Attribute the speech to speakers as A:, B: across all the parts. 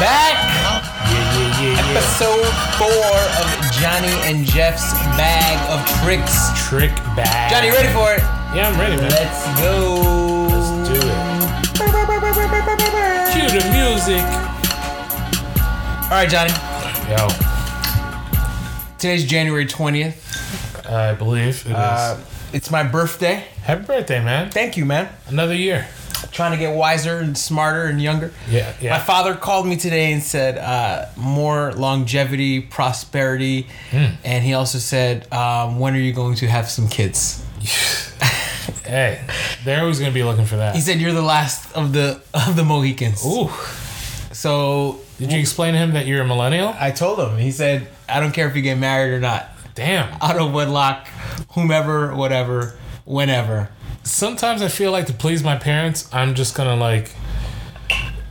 A: back.
B: Yeah, yeah, yeah, yeah.
A: Episode four of Johnny and Jeff's Bag of Tricks.
B: Trick bag.
A: Johnny, ready for it?
B: Yeah, I'm ready, man.
A: Let's go.
B: Let's do it. Cue the music.
A: All right, Johnny.
B: Yo,
A: Today's January 20th.
B: I believe it is.
A: Uh, it's my birthday.
B: Happy birthday, man.
A: Thank you, man.
B: Another year.
A: Trying to get wiser and smarter and younger.
B: Yeah, yeah.
A: My father called me today and said uh, more longevity, prosperity,
B: Hmm.
A: and he also said, um, "When are you going to have some kids?"
B: hey, they're always gonna be looking for
A: He
B: that.
A: said, "You're the last of the of the Mohicans."
B: Ooh.
A: So
B: Did you explain to him that you're a millennial?
A: I told him. He said, "I don't care if you get married or not,
B: Damn.
A: out of wedlock, whomever, whatever, whenever."
B: Sometimes I feel like to please my parents, I'm just gonna like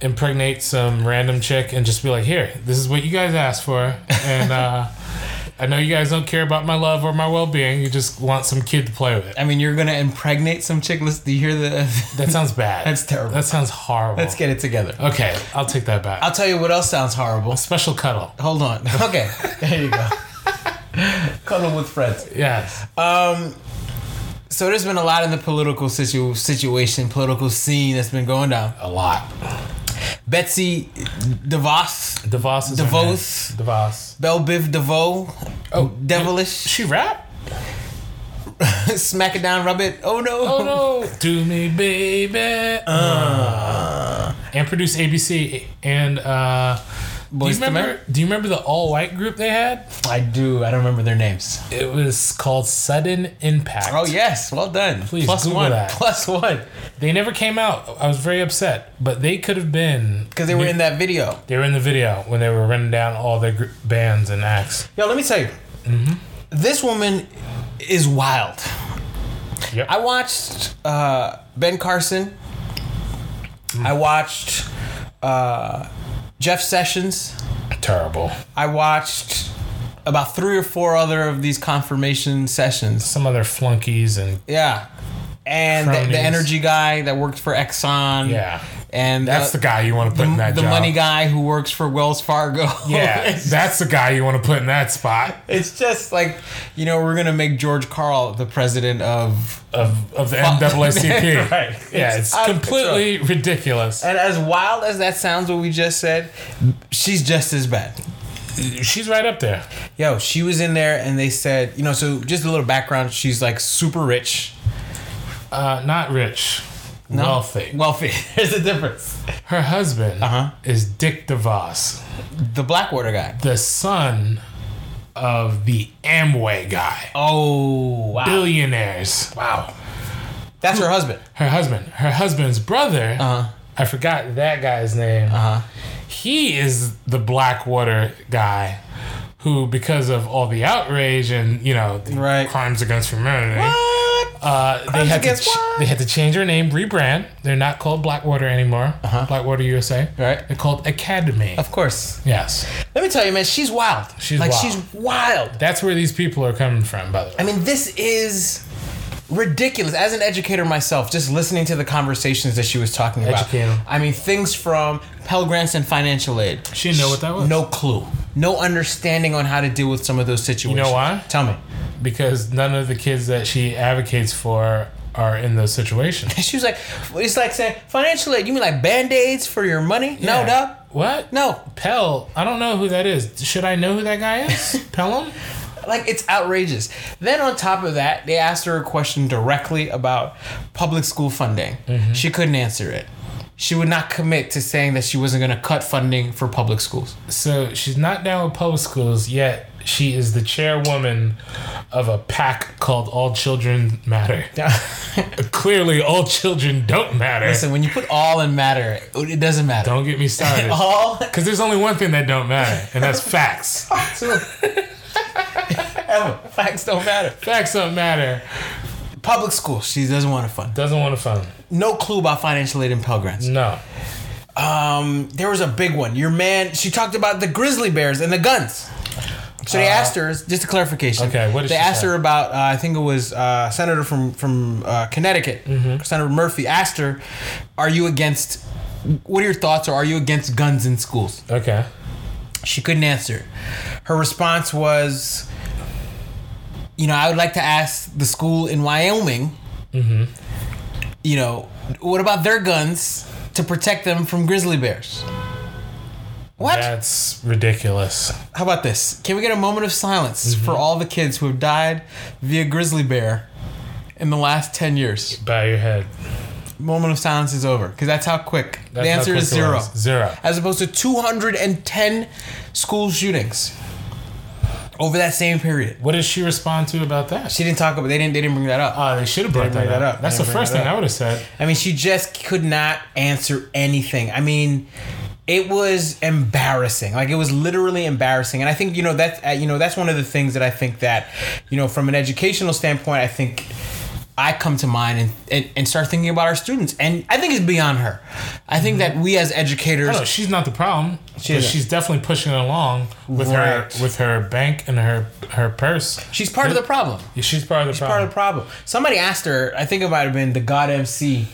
B: impregnate some random chick and just be like, here, this is what you guys asked for, and uh, I know you guys don't care about my love or my well-being. You just want some kid to play with.
A: I mean, you're gonna impregnate some chick. Let's, do you hear the?
B: That sounds bad.
A: That's terrible.
B: That sounds horrible.
A: Let's get it together.
B: okay, I'll take that back.
A: I'll tell you what else sounds horrible.
B: Special cuddle.
A: Hold on. Okay, there you go. Cuddle with friends.
B: Yes.
A: So there's been a lot in the political situ- situation, political scene that's been going down.
B: A lot.
A: Betsy DeVos,
B: DeVos is her
A: DeVos.
B: name. DeVos.
A: Belle Biv DeVoe, oh, devilish,
B: She rap?
A: smack it down, rub it. Oh no.
B: Oh no. Do me baby. Uh. And produce ABC and uh do you,
A: Boyz II Men?
B: remember, do you remember the all white group they had?
A: I do. I don't remember their names.
B: It was called Sudden Impact.
A: Oh yes, well done.
B: Please
A: Plus
B: Google
A: one.
B: that.
A: Plus one.
B: They never came out. I was very upset. But they could have been.
A: Because they were in that video.
B: They were in the video when they were running down all their gr- bands and acts.
A: Yo, let me tell you. Mm-hmm. This woman is wild.
B: Yep.
A: I watched uh, Ben Carson. I watched uh, Jeff Sessions.
B: Terrible.
A: I watched about three or four other of these confirmation sessions.
B: Some other flunkies and
A: Yeah. And the, the
B: Cronies.
A: energy guy that worked for Exxon.
B: yeah.
A: And
B: That's the guy you want to put in that
A: the
B: job.
A: money guy who works for Wells Fargo.
B: Yeah,
A: It's-
B: that's the guy you want to put in that spot
A: It's just like, you know, we're gonna make George Carl the president of.
B: of of the NAACP.
A: Right.
B: Yeah,
A: It's
B: it's,
A: out of
B: completely ridiculous.
A: And as wild as that sounds, what we just said, she's just as bad.
B: She's right up there.
A: Yo, she was in there, and they said, you know, so just a little background. She's like super rich,
B: Uh, not rich, wealthy.
A: wealthy. There's a difference.
B: Her husband
A: Uh-huh.
B: is Dick DeVos,
A: The Blackwater guy.
B: the son of the Amway guy.
A: Oh wow,
B: Billionaires. Wow.
A: that's her husband.
B: Her husband. Her husband's brother.
A: Uh-huh.
B: I forgot that guy's name.
A: Uh huh.
B: he is the Blackwater guy who, because of all the outrage and you know the
A: Right.
B: crimes against humanity,
A: What?
B: uh, they
A: Crimes
B: had to
A: against
B: ch-
A: what?
B: they had to change their name, rebrand. They're not called Blackwater anymore. Blackwater USA.
A: Right.
B: They're called Academy.
A: Of course.
B: yes.
A: Let me tell you, man. She's wild.
B: She's
A: like
B: wild.
A: she's wild.
B: That's where these people are coming from, by the way.
A: I mean, this is ridiculous. As an educator myself, just listening to the conversations that she was talking about.
B: Educate 'em.
A: I mean, things from Pell Grants and financial aid.
B: She didn't know what that was.
A: No clue. No understanding on how to deal with some of those situations.
B: why?
A: Tell me.
B: Because none of the kids that she advocates for are in those situations.
A: She was like, it's like saying financial aid. You mean like band aids for your money? No, no,
B: What?
A: no.
B: Pell. I don't know who that is. Should I know who that guy is? Pelham?
A: Like it's outrageous. Then on top of that, they asked her a question directly about public school funding. She couldn't answer it. She would not commit to saying that she wasn't going to cut funding for public schools.
B: So she's not down with public schools yet. She is the chairwoman of a pack called All Children Matter. Clearly, all children don't matter.
A: Listen, when you put all and matter, it doesn't matter.
B: don't get me started.
A: all
B: Because there's only one thing that don't matter, and that's facts.
A: too. Ever. Facts don't matter.
B: Facts don't matter.
A: Public school, she doesn't want to fund.
B: Doesn't want to fund.
A: No clue about financial aid and Pell Grants.
B: No.
A: Um, there was a big one. Your man, she talked about the grizzly bears and the guns. So they asked her, just a clarification.
B: Uh, Okay, what did
A: they
B: she
A: asked
B: say?
A: her about? Uh, I think it was uh,
B: Mm-hmm.
A: Senator from from uh, Connecticut, Senator Murphy asked her, "Are you against what are your thoughts or are you against guns in schools?
B: Okay.
A: She couldn't answer. Her response was, you know, I would like to ask the school in Wyoming,
B: Mm-hmm.
A: you know, what about their guns to protect them from grizzly bears? What?
B: That's ridiculous.
A: How about this? Can we get a moment of silence
B: Mm-hmm.
A: for all the kids who have died via grizzly bear in the last 10 years?
B: Bow your head.
A: Moment of silence is over because that's how quick.
B: That's
A: the
B: how
A: answer
B: quick
A: is
B: it
A: zero.
B: was. Zero.
A: As opposed to 210 school shootings over that same period.
B: What did she respond to about that?
A: She didn't talk about they didn't they didn't bring that up.
B: Oh, they should have brought
A: They didn't
B: that,
A: bring
B: up.
A: that up.
B: That's
A: They
B: the
A: didn't bring
B: first
A: that
B: thing
A: up.
B: I would have said.
A: I mean, she just could not answer anything. I mean, it was embarrassing. Like it was literally embarrassing. And I think you know that's uh, you know that's one of the things that I think that you know from an educational standpoint, I think. I come to mind and, and, and start thinking about our students. And I think it's beyond her. I think that we as educators,
B: No, she's not the problem.
A: She
B: but
A: isn't.
B: she's definitely pushing it along with
A: Right.
B: her with her bank and her her purse.
A: she's part of the problem.
B: Yeah, She's part of the problem.
A: part of the problem. Somebody asked her, I think it might have been the God MC,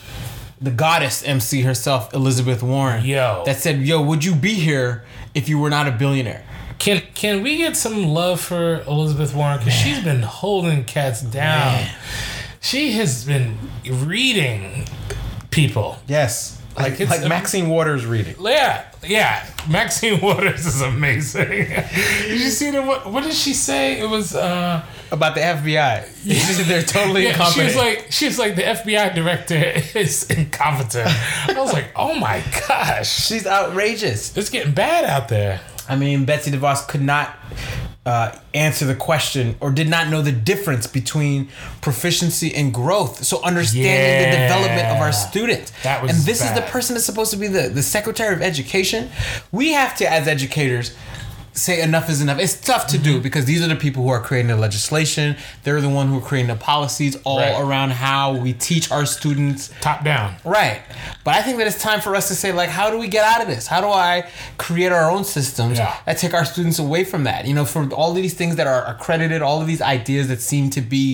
A: the goddess MC herself, Elizabeth Warren.
B: Yo.
A: That said, yo, would you be here if you were not a billionaire?
B: Can can we get some love for Elizabeth Warren? Because she's been holding cats down. She has been reading people.
A: Yes.
B: Like
A: Like,
B: it's-
A: like Maxine Waters reading.
B: Yeah, yeah. Maxine Waters is amazing. Did you see the what? What did she say? It was. uh
A: About the FBI. They're totally
B: Yeah, she
A: incompetent.
B: was like, she was like, the FBI director is incompetent. I was like, oh my gosh,
A: She's outrageous.
B: it's getting bad out there.
A: I mean, Betsy DeVos could not uh, answer the question or did not know the difference between proficiency and growth. So understanding the
B: Yeah.
A: development of our students.
B: That was
A: and this is the
B: bad.
A: person that's supposed to be the, the Secretary of Education. We have to, as educators, say enough is enough. It's tough to
B: Mm-hmm.
A: do because these are the people who are creating the legislation. They're the one who are creating the policies all
B: Right.
A: around how we teach our students
B: Top down.
A: Right. But I think that it's time for us to say, like, how do we get out of this? How do I create our own systems
B: Yeah.
A: that take our students away from that? You know, from all of these things that are accredited, all of these ideas that seem to be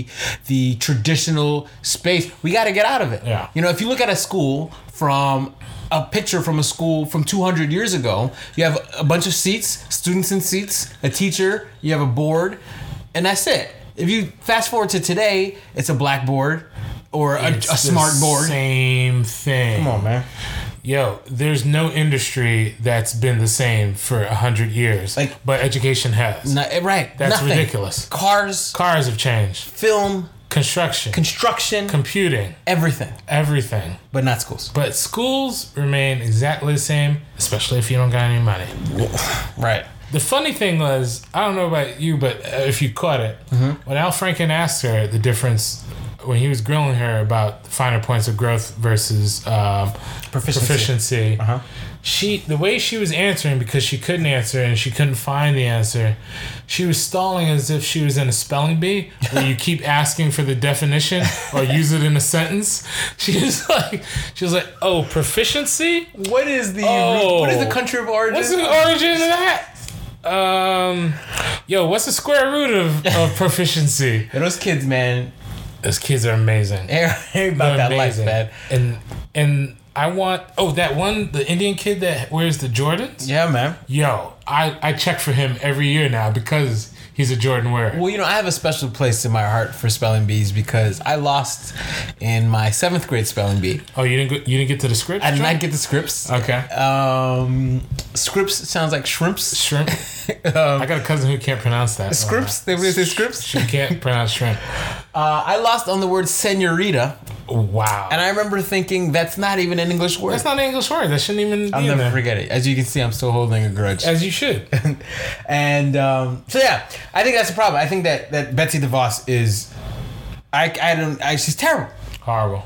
A: the traditional space, we got to get out of it.
B: Yeah.
A: You know, if you look at a school from a picture from a school from 200 years ago, you have a bunch of seats, students in seats, a teacher, you have a board, and that's it. If you fast forward to today, it's a blackboard or a, a
B: It's the
A: smart board.
B: Same thing.
A: Come on, man.
B: Yo, there's no industry that's been the same for a hundred years,
A: Like-
B: but education has.
A: No, eh, right.
B: That's
A: nothing.
B: ridiculous.
A: Cars,
B: Cars have changed.
A: film,
B: Construction,
A: construction,
B: computing,
A: everything,
B: everything.
A: but not schools.
B: But schools remain exactly the same, especially if you don't got any money.
A: Right.
B: The funny thing was, I don't know about you, but uh, if you caught it, when Al Franken asked her the difference when he was grilling her about finer points of growth versus um,
A: Proficiency.
B: proficiency, she the way she was answering because she couldn't answer and she couldn't find the answer, she was stalling as if she was in a spelling bee where you keep asking for the definition or use it in a sentence. She was like, she was like, oh, proficiency.
A: What is the
B: Oh.
A: what is the country of origin?
B: What's the origin of that? Um, yo, what's the square root of, of proficiency?
A: Yeah, Those kids, man,
B: Those kids are amazing.
A: they're they're about that life,
B: amazing.
A: man.
B: And and I want oh that one the Indian kid that wears the Jordans.
A: Yeah, man.
B: Yo, I I check for him every year now because he's a Jordan wearer.
A: Well, you know, I have a special place in my heart for spelling bees because I lost in my seventh grade spelling bee.
B: Oh, you didn't go, you didn't get to the script.
A: I did not get the scripts.
B: okay.
A: Um, scripts sounds like shrimps. Um, uh,
B: Shrimp. I got a cousin who can't pronounce that. Uh,
A: Scripts? They would say scripts.
B: She can't pronounce shrimp.
A: Uh, I lost on the word senorita,
B: Wow.
A: and I remember thinking that's not even an English word.
B: That's not an English word. That shouldn't even be
A: I'll
B: in
A: never
B: there.
A: forget it. As you can see, I'm still holding a grudge.
B: As you should.
A: and um, so yeah, I think that's the problem. I think that that Betsy DeVos is, I I don't, I, she's terrible.
B: Horrible.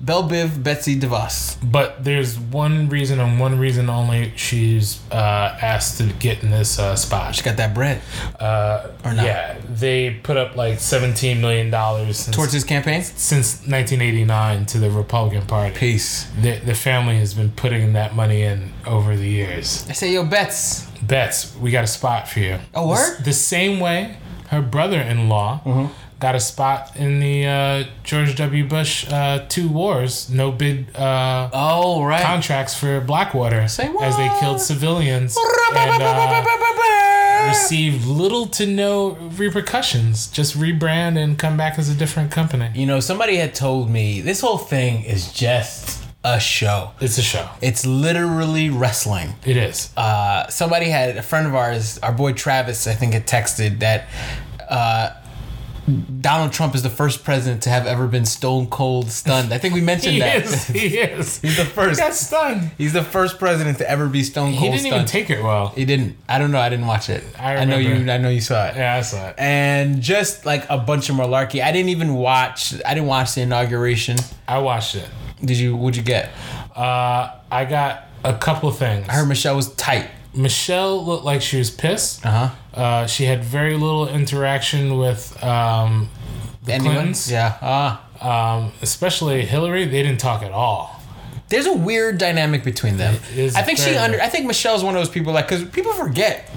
A: Belle Biv, Betsy DeVos.
B: But there's one reason and one reason only she's uh, asked to get in this uh, spot.
A: She got that bread
B: Uh,
A: Or not.
B: Yeah, they put up like $17 million since,
A: towards his campaign.
B: since 1989 to the Republican Party.
A: Peace.
B: The, the family has been putting that money in over the years.
A: I say, yo, Bets.
B: Bets, we got a spot for you.
A: Oh, word? Mm-hmm.
B: The, the same way her brother in law got a spot in the uh, George W. Bush uh, two wars, no bid uh,
A: Oh right.
B: contracts for Blackwater
A: Say
B: as they
A: what?
B: killed civilians and uh, received little to no repercussions. Just rebrand and come back as a different company.
A: you know, somebody had told me this whole thing is just a show.
B: It's a show.
A: It's literally wrestling.
B: It is.
A: Uh, somebody had a friend of ours, our boy Travis, I think, had texted that uh, Donald Trump is the first president to have ever been stone cold stunned. I think we mentioned
B: He
A: that.
B: is. He is.
A: He's the
B: He
A: first.
B: got stunned.
A: He's the first president to ever be stone cold
B: He didn't
A: stunned.
B: even take it well.
A: he didn't. I don't know. I didn't watch it.
B: I
A: know you.
B: remember.
A: I know you saw it.
B: Yeah, I saw it.
A: And just like a bunch of malarkey. I didn't even watch. I didn't watch the inauguration.
B: I watched it.
A: Did you? What'd you get?
B: Uh, I got a couple of things.
A: I heard Michelle was tight.
B: Michelle looked like she was pissed.
A: Uh huh.
B: Uh, she had very little interaction with um, the Clintons,
A: Yeah. Ah.
B: um, especially Hillary. They didn't talk at all.
A: there's a weird dynamic between them.
B: It is
A: I think she
B: very
A: under.
B: weird.
A: I think Michelle's one of those people like because people forget.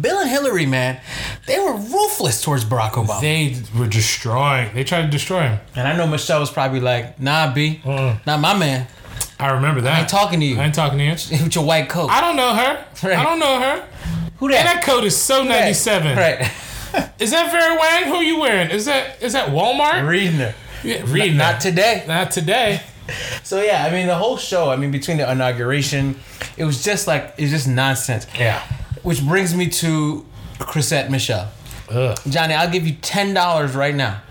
A: Bill and Hillary, man, they were ruthless towards Barack Obama.
B: They were destroying. They tried to destroy him.
A: and I know Michelle was probably like, "Nah, B, not my man.
B: I remember that. I
A: ain't talking to you.
B: I ain't talking to you.
A: With your white coat.
B: I don't know her.
A: Right.
B: I don't know her.
A: Who
B: And that coat is so
A: Who that?
B: ninety seven.
A: Right.
B: Is that Vera Wang? Who are you wearing? Is that is that Walmart?
A: Reading her.
B: Yeah, Read
A: Not today.
B: Not today.
A: So yeah, I mean the whole show. I mean between the inauguration, it was just like it was just nonsense.
B: Yeah.
A: Which brings me to Chrisette Michelle.
B: Ugh.
A: Johnny, I'll give you ten dollars right now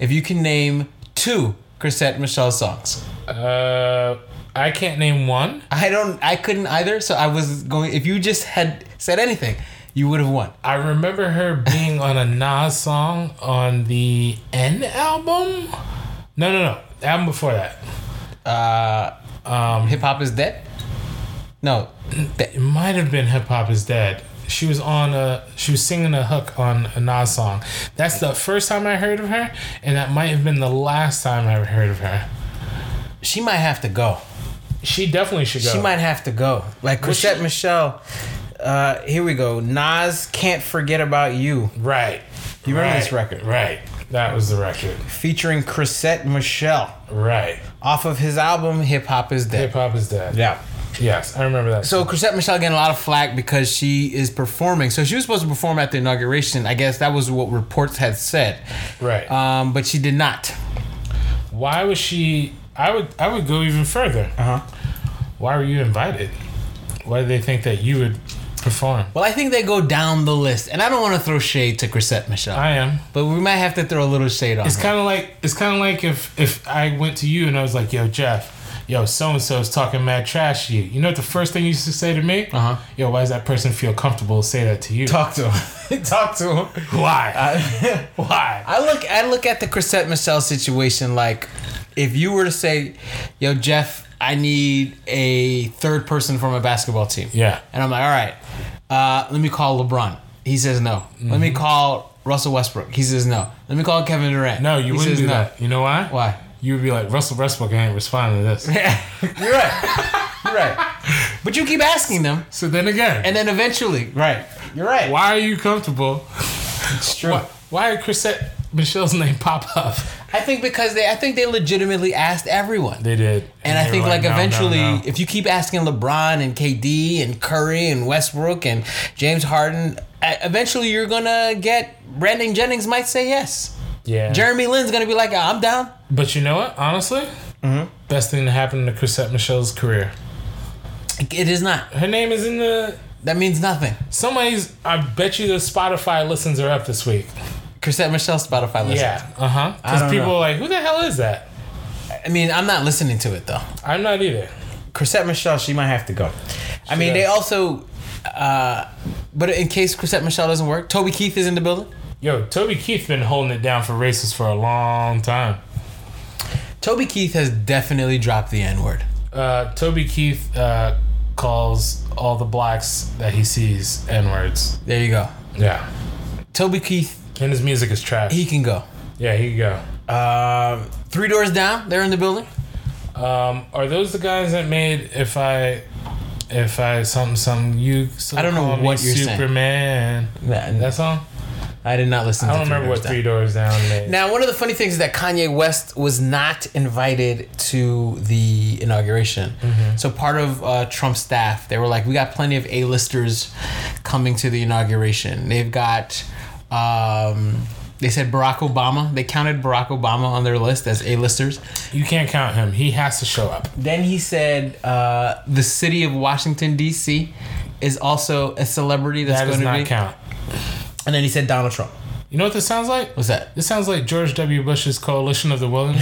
A: if you can name two Chrisette Michelle songs.
B: Uh, I can't name one.
A: I don't. I couldn't either. So I was going. If you just had said anything, you would have won.
B: I remember her being on a Nas song on the N album. No, no, no. The album before that.
A: Uh, um, Hip hop is dead. No,
B: It might have been Hip Hop is Dead. She was on a she was singing a hook on a Nas song. That's the first time I heard of her, and that might have been the last time I heard of her.
A: she might have to go.
B: She definitely should go.
A: She might have to go. Like
B: she-
A: Chrisette Michelle. Uh, here we go. Nas can't forget about you,
B: Right.
A: You remember
B: Right.
A: this record?
B: Right. That was the record.
A: featuring Chrisette Michelle
B: Right.
A: off of his album Hip Hop Is Dead.
B: Hip hop is dead.
A: yeah.
B: Yes, I remember that.
A: So Chrisette Michelle getting a lot of flack because she is performing. So she was supposed to perform at the inauguration. I guess that was what reports had said.
B: right.
A: Um, but she did not.
B: Why was she? I would. I would go even further.
A: Uh-huh.
B: Why were you invited? Why did they think that you would perform?
A: Well, I think they go down the list, and I don't want to throw shade to Chrisette Michelle,
B: I am.
A: but we might have to throw a little shade on
B: It's
A: her.
B: kind of like it's kind of like if if I went to you and I was like, "Yo, Jeff, yo, so and so is talking mad trash to you." You know what the first thing you used to say to me?
A: Uh-huh.
B: Yo, why does that person feel comfortable to say that to you?
A: Talk to him. Talk to him.
B: Why?
A: I,
B: Why?
A: I look. I look at the Chrisette Michelle situation like, if you were to say, "Yo, Jeff, I need a third person for my basketball team."
B: yeah.
A: And I'm like, all right, uh, let me call LeBron. He says no. Let
B: Mm-hmm.
A: me call Russell Westbrook. He says no. Let me call Kevin Durant.
B: No, you
A: he
B: wouldn't
A: says
B: do
A: no.
B: that. You know why?
A: Why?
B: You would be like Russell Westbrook ain't responding to this.
A: You're right. You're right. But you keep asking them,
B: so then again,
A: and then eventually, right? You're right.
B: why are you comfortable?
A: It's true.
B: Why, why did Chrisette Michelle's name pop up?
A: I think because they, I think they legitimately asked everyone.
B: They did.
A: and I
B: they
A: think
B: were
A: like,
B: "No, no,
A: eventually,
B: no."
A: if you keep asking LeBron and KD and Curry and Westbrook and James Harden, e- eventually you're gonna get Brandon Jennings might say yes.
B: Yeah.
A: Jeremy Lin's gonna be like, I'm down.
B: but you know what? Honestly,
A: Mm-hmm.
B: best thing to happen to Chrisette Michelle's career.
A: It is not.
B: Her name is in the.
A: That means nothing.
B: Somebody's. I bet you the Spotify listens are up this week.
A: Chrisette Michelle Spotify list.
B: Yeah. Uh huh.
A: don't
B: Because people
A: know.
B: are like, who the hell is that?
A: I mean, I'm not listening to it though.
B: I'm not either.
A: Chrisette Michelle, she might have to go. I mean, they
B: does.
A: also. Uh, but in case Chrisette Michelle doesn't work, Toby Keith is in the building.
B: Yo, Toby Keith's been holding it down for racists for a long time.
A: Toby Keith has definitely dropped the N word.
B: Uh, Toby Keith uh, calls all the blacks that he sees N words.
A: There you go.
B: Yeah.
A: Toby Keith,
B: And his music is trash.
A: he can go.
B: yeah, here you go.
A: Um, three doors down, they're in the building.
B: Um, are those the guys that made if I if I something something you
A: I don't know
B: call me
A: what you're saying.
B: Superman
A: Yeah,
B: that song?
A: I did not listen.
B: I
A: to
B: don't
A: Three
B: remember
A: Doors
B: what
A: Down.
B: Three Doors Down made.
A: Now, one of the funny things is that Kanye West was not invited to the inauguration. So, part of uh, Trump's staff, they were like, "We got plenty of A-listers coming to the inauguration. They've got." Um, they said Barack Obama. They counted Barack Obama on their list as A-listers.
B: You can't count him. He has to show up.
A: Then he said uh, the city of Washington D.C. is also a celebrity that's
B: That
A: going to
B: does not
A: be.
B: count.
A: And then he said Donald Trump.
B: You know what this sounds like?
A: What's that?
B: This sounds like George W. Bush's Coalition of the Willing.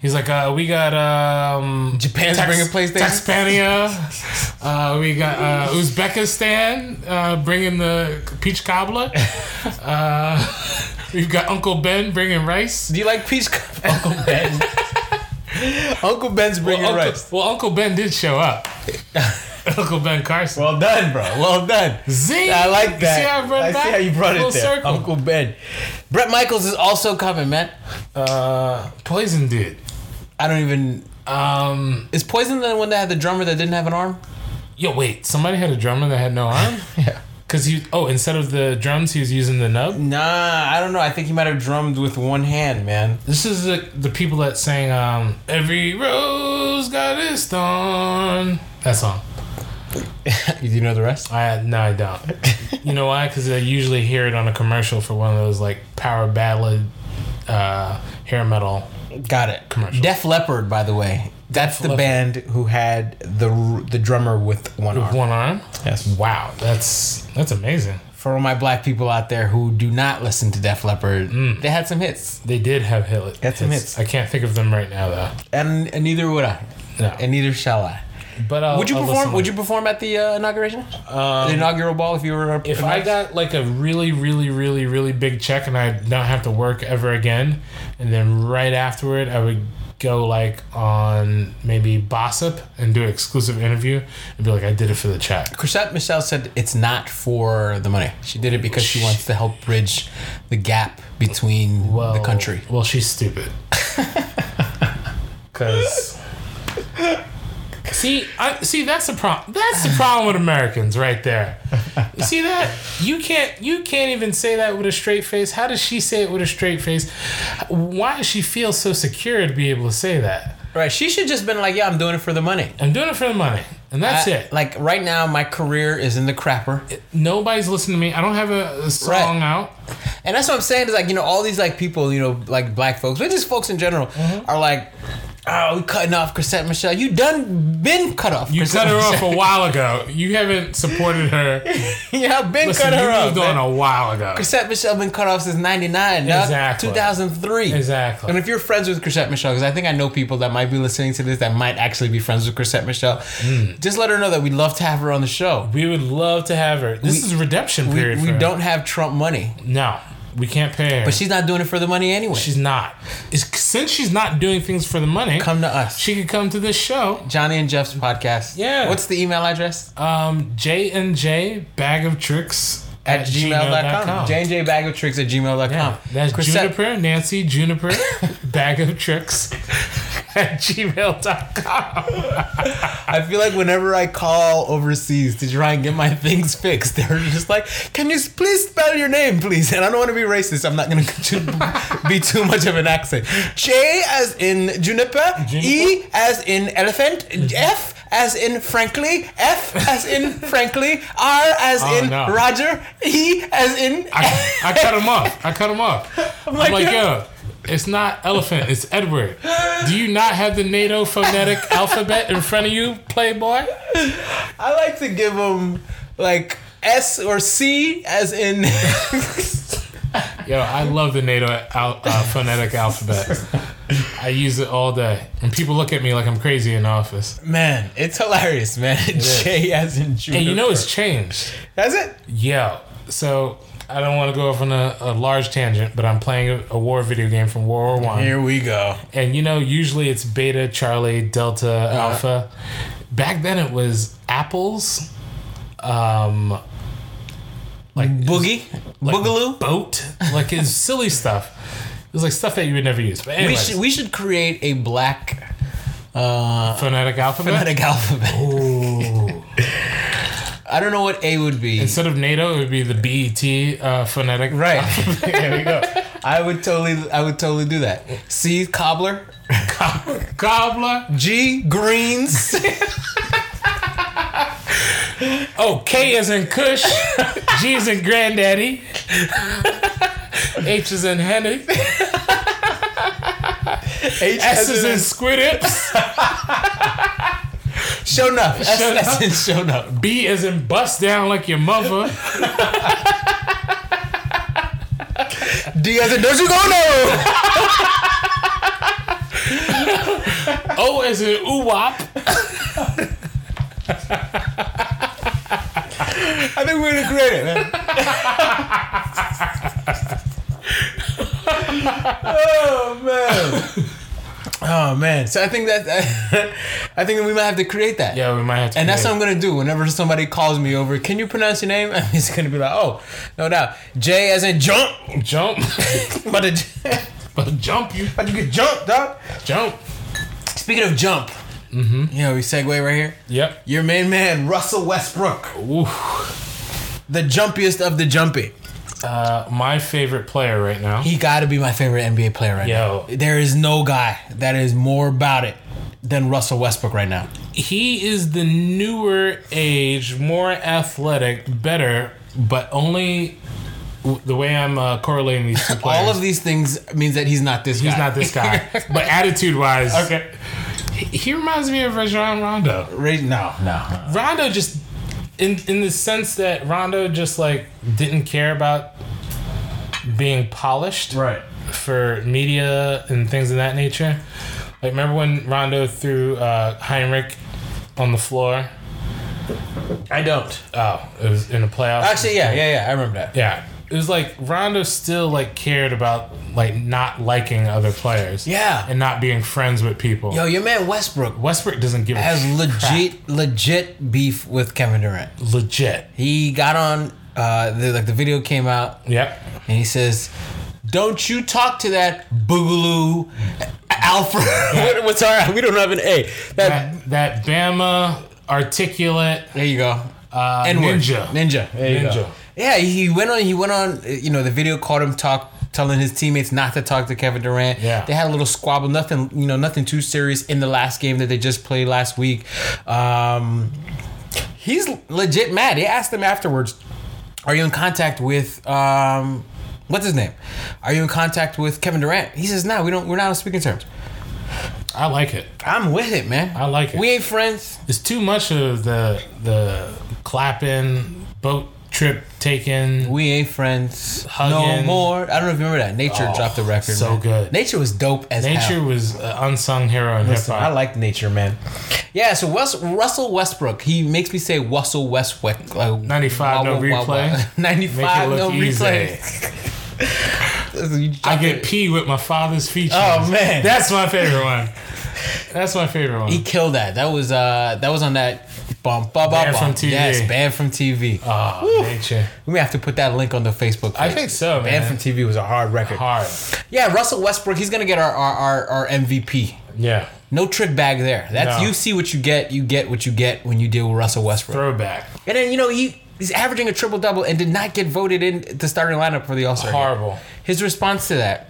B: He's like, uh, we got um,
A: Japan's bringing PlayStation?
B: Taxpania. Uh, we got uh, Uzbekistan uh, bringing the peach cobbler. Uh, we've got Uncle Ben bringing rice.
A: Do you like peach cup, Uncle Ben? Uncle Ben's bringing
B: Uncle,
A: rice.
B: well, Uncle Ben did show up. Uncle Ben Carson.
A: Well done, bro. Well done.
B: Zing!
A: I like
B: You
A: that.
B: See how I brought it
A: I
B: back?
A: see how you brought
B: Full
A: it there.
B: circle.
A: Uncle Ben. Brett Michaels is also coming, man.
B: Uh, Poison dude.
A: I don't even.
B: Um,
A: Is Poison the one that had the drummer that didn't have an arm?
B: yo, wait. Somebody had a drummer that had no arm.
A: Yeah.
B: Cause he oh instead of the drums he was using the nub.
A: Nah, I don't know. I think he might have drummed with one hand, man.
B: This is the, the people that sang um every rose got its thorn. That song.
A: Do you know the rest?
B: I no I don't. you know why? Cause I usually hear it on a commercial for one of those like power ballad, uh, hair metal.
A: Got it.
B: Commercial.
A: Def Leppard, by the way. That's the
B: Leppard.
A: band who had the the drummer with one arm.
B: One arm.
A: Yes.
B: Wow, that's that's amazing.
A: for all my black people out there who do not listen to Def Leppard,
B: Mm.
A: they had some hits,
B: They did have hit.
A: Got some hits.
B: I can't think of them right now though.
A: and, and neither would I,
B: No.
A: and neither shall I.
B: but I'll,
A: would you
B: I'll
A: perform?
B: listen Um,
A: Would you um, perform at the uh, inauguration, the inaugural ball, if you were?
B: If I got like a really, really, really, really big check and I don't have to work ever again, and then right afterward, I would go like on maybe Bossip and do an exclusive interview and be like, I did it for the check.
A: Chrisette Michelle said it's not for the money. She did it because she wants to help bridge the gap between
B: Well,
A: the country.
B: Well, she's stupid. Because. See, I, see that's the problem. That's the problem with Americans, right there. You see that you can't you can't even say that with a straight face. How does she say it with a straight face? Why does she feel so secure to be able to say that?
A: Right? She should just been like, "Yeah, I'm doing it for the money."
B: I'm doing it for the money, and that's
A: I-
B: it.
A: Like right now, my career is in the crapper.
B: Nobody's listening to me. I don't have a, a song
A: Right.
B: out.
A: And that's what I'm saying is like, you know, all these like people, you know, like black folks, but just folks in general
B: Mm-hmm.
A: are like, oh, we cutting off Chrisette Michelle. You done been cut off.
B: You
A: Chrisette
B: cut her off
A: Michele.
B: a while ago. You haven't supported her.
A: yeah, been
B: Listen,
A: cut
B: you
A: her off.
B: moved on
A: man.
B: a while ago.
A: Chrisette Michelle been cut off since 99, dog.
B: Exactly.
A: 2003.
B: Exactly.
A: And if you're friends with Chrisette Michelle, because I think I know people that might be listening to this that might actually be friends with Chrisette Michelle,
B: Hmm.
A: just let her know that we'd love to have her on the show.
B: We would love to have her. This
A: We-
B: is redemption
A: We,
B: period.
A: we
B: for her.
A: don't have Trump money,
B: No, we can't pay her.
A: but she's not doing it for the money anyway.
B: she's not. It's, since she's not doing things for the money,
A: Come to us.
B: she could come to this show.
A: Johnny and Jeff's podcast.
B: Yeah.
A: What's the email address?
B: Um, J and J Bag of Tricks
A: at gmail.com.
B: gmail.com.
A: JNJBagoftricks at gmail.com.
B: yeah, that's
A: Chrisette,
B: Juniper Nancy Juniper Bag of Tricks at gmail.com.
A: I feel like whenever I call overseas to try and get my things fixed, they're just like, can you please spell your name, please? And I don't want to be racist. I'm not going to be too much of an accent. J as in juniper, E as in elephant, F as in frankly, F as in frankly, R as
B: Oh,
A: in
B: no.
A: Roger, E as in.
B: I, I cut him off. I cut him off. I'm
A: like,
B: like,
A: yeah.
B: yo, it's not elephant, it's Edward. Do you not have the NATO phonetic alphabet in front of you, playboy?
A: I like to give them like S or C as in.
B: Yo, I love the NATO al- uh, phonetic alphabet. I use it all day. And people look at me like I'm crazy in the office.
A: man, it's hilarious, man. J as in Juniper.
B: And you know it's changed.
A: That's it?
B: Yo, so I don't want to go off on a, a large tangent, but I'm playing a, a war video game from World War One.
A: Here we go.
B: and you know usually it's beta charlie delta
A: Uh-huh.
B: alpha back then it was apples um like
A: Boogie?
B: like
A: Boogaloo?
B: boat like it's silly stuff it was like stuff that you would never use but
A: We
B: anyways,
A: should, we should create a black uh,
B: phonetic alphabet
A: phonetic alphabet.
B: Ooh.
A: I don't know what A would be.
B: Instead of NATO, it would be the BET uh, phonetic.
A: Right.
B: there we go.
A: I would totally, I would totally do that. C cobbler,
B: Gobbler.
A: G greens.
B: Oh, K is in Kush. G is in Granddaddy. H is in Henny.
A: H
B: S is in Squid Ips.
A: show enough. S
B: Shown
A: S in show enough.
B: B is in Bust Down Like Your Mother.
A: D as in don't you go no.
B: O is in Ooh Wop.
A: I think we're gonna create it. Man. oh man. Oh man. So I think that I think that we might have to create that.
B: Yeah, we might have to.
A: And that's what
B: create
A: I'm gonna do whenever somebody calls me over. Can you pronounce your name? I'm just gonna be like, oh, no doubt. J as in jump.
B: it. jump.
A: But the J-
B: but jump you.
A: How'd you get jumped, dog?
B: Jump.
A: Speaking of jump,
B: Mm-hmm.
A: you know, we segue right here.
B: Yep.
A: Your main man, Russell Westbrook,
B: Ooh.
A: the jumpiest of the jumpy.
B: Uh, my favorite player right now.
A: He got to be my favorite NBA player right
B: Yo.
A: now. There is no guy that is more about it than Russell Westbrook right now.
B: he is the newer age, more athletic, better, but only w- the way I'm uh, correlating these two players.
A: All of these things means that he's not this guy.
B: he's not this guy, but attitude wise, he, he reminds me of Rajon Rondo.
A: Ra- No, no.
B: Rondo just in in the sense that Rondo just like didn't care about being polished
A: Right.
B: for media and things of that nature. Like, remember when Rondo threw uh, Heinrich on the floor?
A: I don't.
B: Oh, it was in the playoffs.
A: Actually, yeah, yeah, yeah. I remember that.
B: Yeah. It was like Rondo still like cared about like not liking other players.
A: Yeah.
B: And not being friends with people.
A: Yo, your man Westbrook
B: Westbrook doesn't give a
A: has
B: sh-
A: legit, legit beef with Kevin Durant.
B: legit.
A: He got on, uh, the, like the video came out,
B: Yep.
A: and he says, "Don't you talk to that boogaloo, Alfred? what, what's our? We don't have an A. That,
B: That that Bama articulate
A: there you go.
B: uh,
A: N-word.
B: ninja.
A: ninja. There you
B: Ninja.
A: go. Yeah, he went on. He went on. uh, You know, the video called him talk, telling his teammates not to talk to Kevin Durant.
B: Yeah.
A: they had a little squabble. Nothing, you know, nothing too serious in the last game that they just played last week. Um, he's legit mad. They asked him afterwards, "Are you in contact with um, what's his name? Are you in contact with Kevin Durant?" He says, "No, we don't. We're not on speaking terms."
B: I like it.
A: I'm with it, man.
B: I like it.
A: We ain't friends.
B: It's too much of the the clapping, boat trip taken.
A: We ain't friends no
B: Hugging. Oh,
A: more. I don't know if you remember that. Nature dropped the record.
B: so
A: man.
B: good.
A: Nature was dope as hell.
B: Nature was an unsung hero in hip
A: Listen, I
B: hop.
A: like nature, man. Yeah, so Wes, Russell Westbrook, he makes me say Russell Westbrook. Like,
B: 95 no replay.
A: Ninety-five
B: Make it
A: no
B: look easy.
A: replay. You
B: I
A: dropped
B: get
A: it.
B: P with my father's features.
A: Oh, man.
B: that's my favorite one. That's my favorite one.
A: He killed that. That was uh that was on that bump bum, bum,
B: Banned
A: bum.
B: from TV.
A: Yes, banned from TV.
B: Ah, nature.
A: we may have to put that link on the Facebook. Page.
B: I think so, man.
A: Banned from TV was a hard record.
B: Hard.
A: Yeah, Russell Westbrook, he's gonna get our our, our, our MVP.
B: Yeah.
A: No trick bag there. That's
B: No.
A: you see what you get. You get what you get when you deal with Russell Westbrook.
B: Throwback.
A: And then you know he he's averaging a triple double and did not get voted in the starting lineup for the All Star.
B: Horrible.
A: His response to that: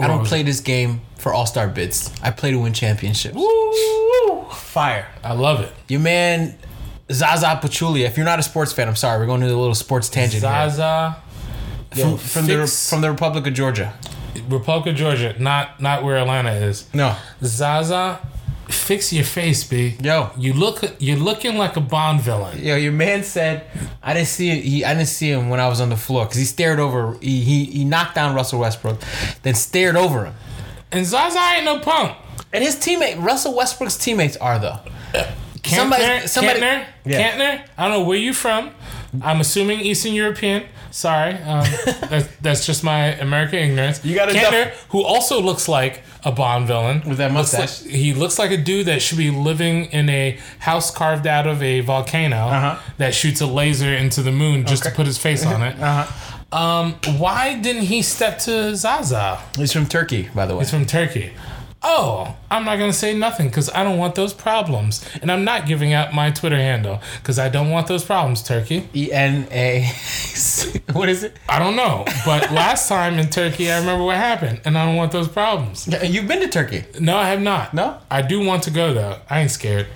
A: I don't
B: was
A: play this game for All Star bids. I play to win championships.
B: Woo!
A: Fire.
B: I love it.
A: Your man Zaza Pachulia. If you're not a sports fan, I'm sorry. We're going to a little sports tangent here.
B: Zaza. Yo,
A: From, from the
B: fix-
A: from the Republic of Georgia.
B: Republic of Georgia, not not where Atlanta is.
A: No.
B: Zaza, fix your face, B.
A: Yo.
B: You look you're looking like a Bond villain.
A: Yo, your man said I didn't see he I didn't see him when I was on the floor because he stared over he, he he knocked down Russell Westbrook, then stared over him.
B: And Zaza ain't no punk.
A: And his teammate Russell Westbrook's teammates are though. Somebody-
B: Kantner,
A: somebody-
B: Kantner,
A: Yeah.
B: Kantner. I don't know where you from. I'm assuming Eastern European. Sorry, um, that's, that's just my American ignorance. You
A: gotta
B: Kantner, who also looks like a Bond villain
A: With that
B: Looks
A: mustache.
B: like- he looks like a dude that should be living in a house carved out of a volcano
A: Uh-huh.
B: that shoots a laser into the moon just
A: Okay. Uh-huh.
B: to put his face on it. Um, why didn't he step to Zaza?
A: He's from Turkey, by the way.
B: He's from Turkey. oh, I'm not gonna say nothing because I don't want those problems, and I'm not giving out my Twitter handle because I don't want those problems, Turkey.
A: E N A. What is it?
B: I don't know, but last time in Turkey, I remember what happened, and I don't want those problems.
A: You've been to Turkey.
B: No, I have not.
A: No?
B: I do want to go though. I ain't scared.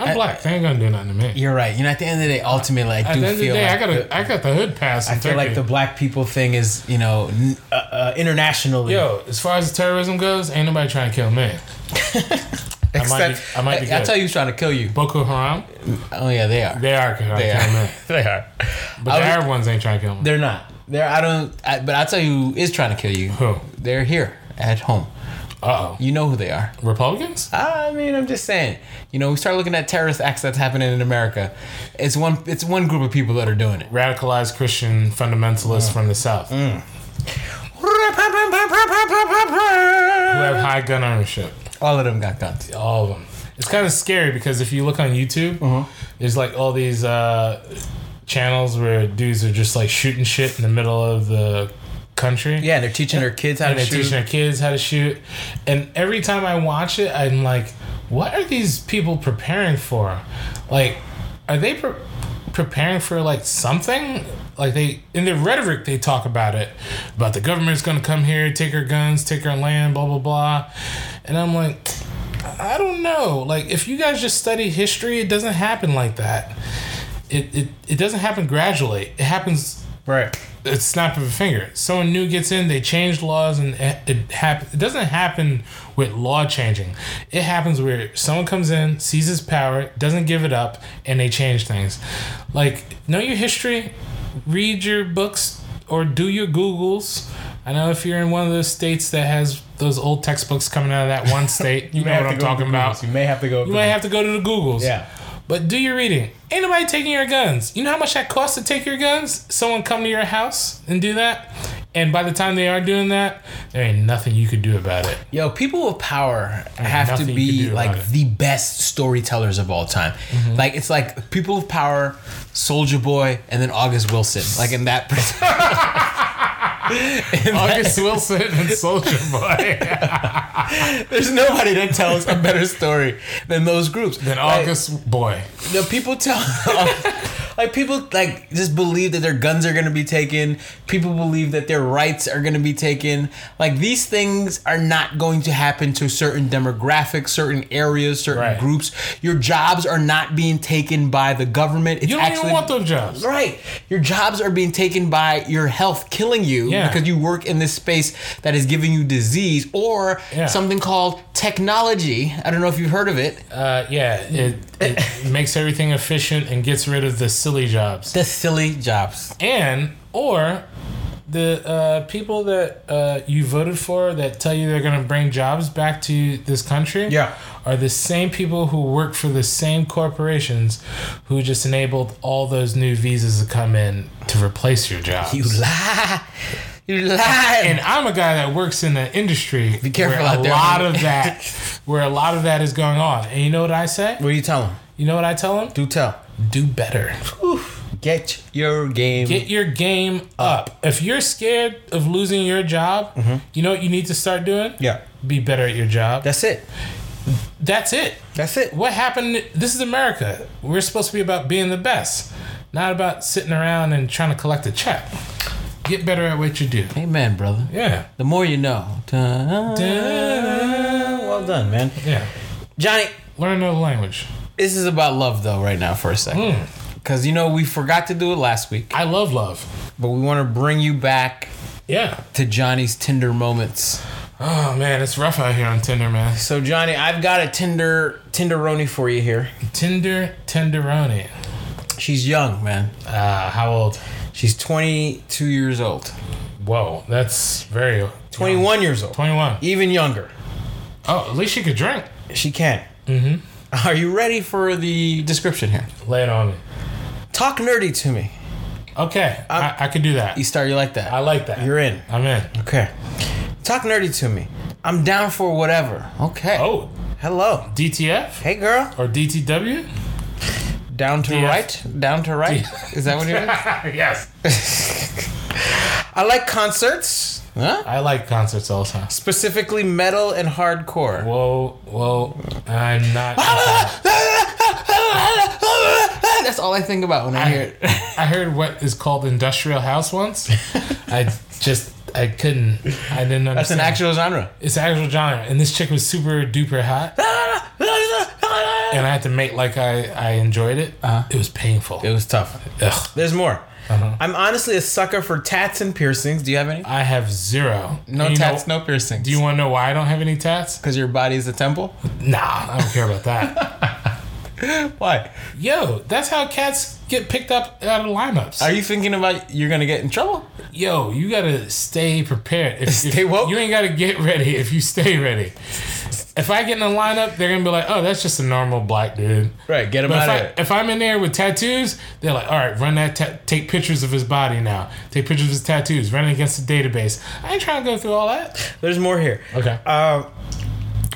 B: I'm black. They ain't gonna do nothing to me.
A: You're right. You know, at the end of the day, ultimately, I
B: At
A: do
B: the end of the
A: feel
B: day,
A: like
B: I got
A: the-
B: a, I got the hood pass. In
A: I feel like the black people thing is, you know, n- uh, uh, internationally.
B: yo. As far as terrorism goes, ain't nobody trying to kill me. I might be, I might be
A: I,
B: good.
A: tell you, who's trying to kill you.
B: Boko Haram,
A: Oh yeah, they are.
B: they are trying
A: They
B: to kill me,
A: are. they are. I
B: but the
A: was-
B: Arab ones ain't trying to kill me.
A: They're not. They're. I don't. I, but I tell you, who is trying to kill you.
B: Who?
A: They're here at home.
B: Uh oh,
A: You know who they are.
B: Republicans?
A: I mean, I'm just saying. You know, we start looking at terrorist acts that's happening in America. It's one. It's one group of people that are doing it.
B: Radicalized Christian fundamentalists from the South
A: Mm.
B: who have high gun ownership.
A: All of them got guns.
B: All of them. It's kind of scary because if you look on YouTube,
A: Uh-huh.
B: there's like all these uh, channels where dudes are just like shooting shit in the middle of the country.
A: Yeah, they're teaching their kids how to
B: and they're
A: shoot.
B: teaching their kids how to shoot. And every time I watch it, I'm like, what are these people preparing for? Like, are they pre- preparing for like something? Like they in their rhetoric, they talk about it, about the government's going to come here, take our guns, take our land, blah blah blah. And I'm like, I don't know. Like if you guys just study history, it doesn't happen like that. It, it, it doesn't happen gradually. It happens
A: right.
B: a snap of a finger. Someone new gets in, they change laws, and it, it happens. It doesn't happen with law changing. It happens where someone comes in, seizes power, doesn't give it up, and they change things. Like know your history, read your books, or do your googles. I know if you're in one of those states that has those old textbooks coming out of that one state, you, know what I'm talking about.
A: You may have to go.
B: You might have to go to the Googles.
A: Yeah.
B: But do your reading. Ain't nobody taking your guns. You know how much that costs to take your guns? Someone come to your house and do that. And by the time they are doing that, there ain't nothing you could do about it.
A: Yo, people with power have to
B: nothing you can
A: be
B: do about
A: like
B: it. Mm-hmm.
A: the best storytellers of all time. Like it's like people with power, Soldier Boy, and then August Wilson. Like in that. in that-
B: August Wilson and Soldier Boy.
A: there's nobody that tells a better story than those groups.
B: Then August Boy.
A: Like, the people tell. Like people like just believe that their guns are gonna be taken. People believe that their rights are gonna be taken. Like these things are not going to happen to certain demographics, certain areas, certain
B: Right.
A: groups. Your jobs are not being taken by the government. It's
B: You don't
A: actually
B: even want those jobs.
A: Right. Your jobs are being taken by your health killing you
B: Yeah.
A: because you work in this space that is giving you disease or
B: Yeah.
A: something called technology. I don't know if you've heard of it.
B: Uh, yeah, it, it makes everything efficient and gets rid of the silly jobs.
A: The silly jobs.
B: and or the uh, people that uh, you voted for that tell you they're going to bring jobs back to this country
A: Yeah.
B: are the same people who work for the same corporations who just enabled all those new visas to come in to replace your jobs.
A: You lie. You lie.
B: and I'm a guy that works in an industry Be
A: careful
B: where
A: out
B: a
A: there.
B: lot of that where a lot of that is going on. And you know what I say?
A: what do you tell them?
B: You know what I tell them?
A: Do tell.
B: Do better.
A: Get your game.
B: Get your game up. If you're scared of losing your job, you know what you need to start doing?
A: yeah.
B: Be better at your job.
A: That's it.
B: That's it.
A: That's it.
B: What happened? This is America. We're supposed to be about being the best, not about sitting around and trying to collect a check. Get better at what you do.
A: Amen, brother.
B: Yeah.
A: The more you know. Ta-da. Well done, man.
B: Yeah.
A: Johnny,
B: Learn another language. Hmm.
A: this is about love though right now for a second.
B: Mm.
A: Cause you know we forgot to do it last week.
B: I love love.
A: but we want to bring you back
B: Yeah.
A: to Johnny's Tinder moments.
B: Oh, man. It's rough out here on Tinder, man.
A: So Johnny, I've got a Tinder Tinderoni for you here.
B: Tinder Tenderoni.
A: She's young, man.
B: Uh, how old?
A: She's 22 years old.
B: Whoa. That's very.
A: 21 years old.
B: 21.
A: Even younger.
B: Oh, at least she could drink.
A: She can. Mm-hmm. Are you ready for the description here?
B: Lay it on me.
A: Talk nerdy to me.
B: Okay, I, I could do that.
A: You start. You like that?
B: I like that.
A: You're in.
B: I'm in.
A: Okay. Talk nerdy to me. I'm down for whatever. Okay.
B: Oh,
A: Hello.
B: DTF
A: Hey, girl.
B: or DTW?
A: Down to
B: DF.
A: right. Down to right. Is that what you mean?
B: yes.
A: I like concerts. Huh?
B: I like concerts also.
A: Specifically metal and hardcore.
B: Whoa, whoa! I'm not. into that.
A: That's all I think about when I hear it.
B: I heard what is called industrial house once. I just I couldn't. I didn't understand.
A: That's an actual genre.
B: It's an actual genre, and this chick was super duper hot, and I had to make like I I enjoyed it. It was painful.
A: Uh-huh. It was tough.
B: Ugh.
A: There's more. I'm honestly a sucker for tats and piercings. Do you have any?
B: I have zero.
A: No
B: You
A: tats,
B: know-
A: no piercings.
B: Do you want to know why I don't have any tats?
A: Because your body is a temple.
B: Nah, I don't care about that.
A: Why?
B: Yo, that's how cats get picked up out of lineups.
A: Are you thinking about you're gonna get in trouble?
B: Yo, you gotta stay prepared. If,
A: Stay
B: if-
A: woke?
B: You ain't gotta get ready if you stay ready. If I get in a lineup, they're gonna be like, "Oh, that's just a normal black dude."
A: Right. Get him out
B: But if,
A: of
B: I,
A: it.
B: if I'm in there with tattoos, they're like, "All right, run that. Ta- take pictures of his body now. Take pictures of his tattoos. Run it against the database." I ain't trying to go through all that.
A: There's more here.
B: Okay.
A: Um,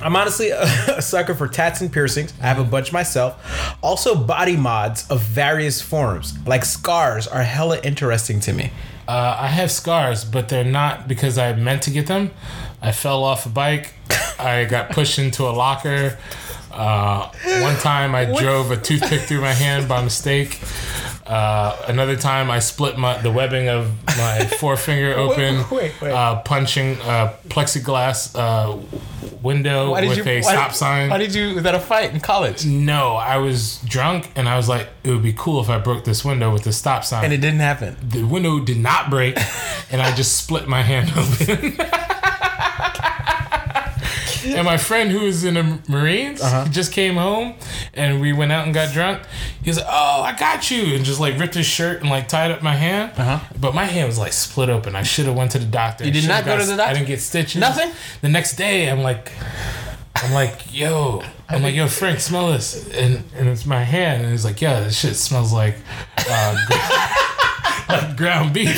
A: I'm honestly a, sucker for tats and piercings. I have a bunch myself. Also, body mods of various forms, like scars, are hella interesting to me.
B: Uh, I have scars, but they're not because I meant to get them. I fell off a bike. I got pushed into a locker. Uh, one time I drove a toothpick through my hand by mistake. Uh, another time I split my the webbing of my forefinger open,
A: wait, wait.
B: Uh, punching a plexiglass uh, window with a stop sign.
A: Why did you? Was that a fight in college?
B: no, I was drunk and I was like, it would be cool if I broke this window with the stop sign
A: And it didn't happen.
B: the window did not break, and I just split my hand open. and my friend who was in the Marines
A: Uh-huh.
B: he just came home, and we went out and got drunk. He was like, "Oh, I got you," and just like ripped his shirt and like tied up my hand.
A: Uh-huh.
B: But my hand was like split open. I should have went to the doctor. You
A: did not go to the doctor?
B: I didn't get stitches.
A: Nothing?
B: The next day, I'm like. I'm like, yo, I'm like, yo, Frank, smell this, and and it's my hand, and he's like, yeah, this shit smells like uh, ground beef.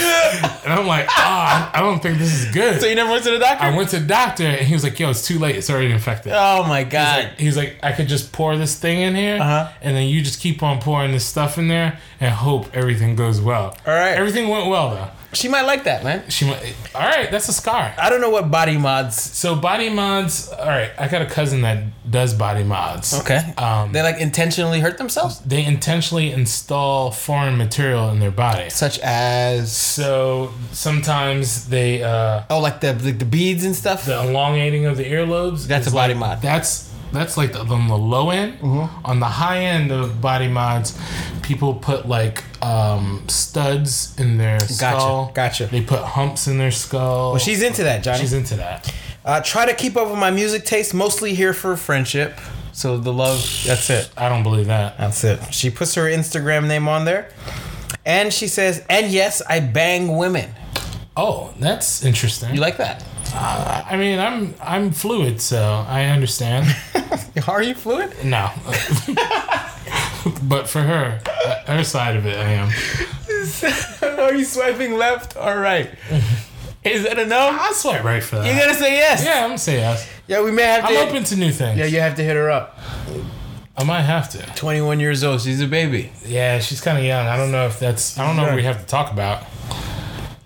B: And I'm like, ah, I don't think this is good.
A: So you never went to the doctor?
B: I went to the doctor and he was like, yo, it's too late. It's already infected.
A: oh my god!
B: He's like, I could just pour this thing in here
A: Uh-huh.
B: and then you just keep on pouring this stuff in there and hope everything goes well.
A: All right.
B: Everything went well though.
A: she might like that, man.
B: She went, all right, that's a scar.
A: I don't know what body mods.
B: So body mods, all right, I got a cousin that does body mods.
A: Okay.
B: Um,
A: they like intentionally hurt themselves,
B: they intentionally install foreign material in their body.
A: such as
B: So sometimes they, uh,
A: oh, like the like the beads and stuff.
B: the elongating of the earlobes.
A: That's
B: is
A: a body mod.
B: like- That's that's like the, on the low end.
A: Mm-hmm.
B: On the high end of body mods, people put like um, studs in their skull.
A: gotcha.
B: They put humps in their skull.
A: well, she's into that, Johnny.
B: she's into that.
A: Uh, try to keep up with my music taste. Mostly here for friendship. So the love. That's it.
B: I don't believe that.
A: That's it. She puts her Instagram name on there, and she says, "And yes, I bang women."
B: Oh, that's interesting.
A: You like that?
B: I mean, I'm I'm fluid, so I understand.
A: Are you fluid?
B: no. but for her, her side of it, I am.
A: Are you swiping left or right? Is that enough?
B: I swipe right for that.
A: You gotta say yes.
B: yeah, I'm gonna say yes.
A: Yeah, we may have
B: I'm
A: to.
B: open to new things.
A: Yeah, you have to hit her up.
B: I might have to.
A: 21 years old. She's a baby.
B: Yeah, she's kind of young. I don't know if that's. I don't know what we have to talk about.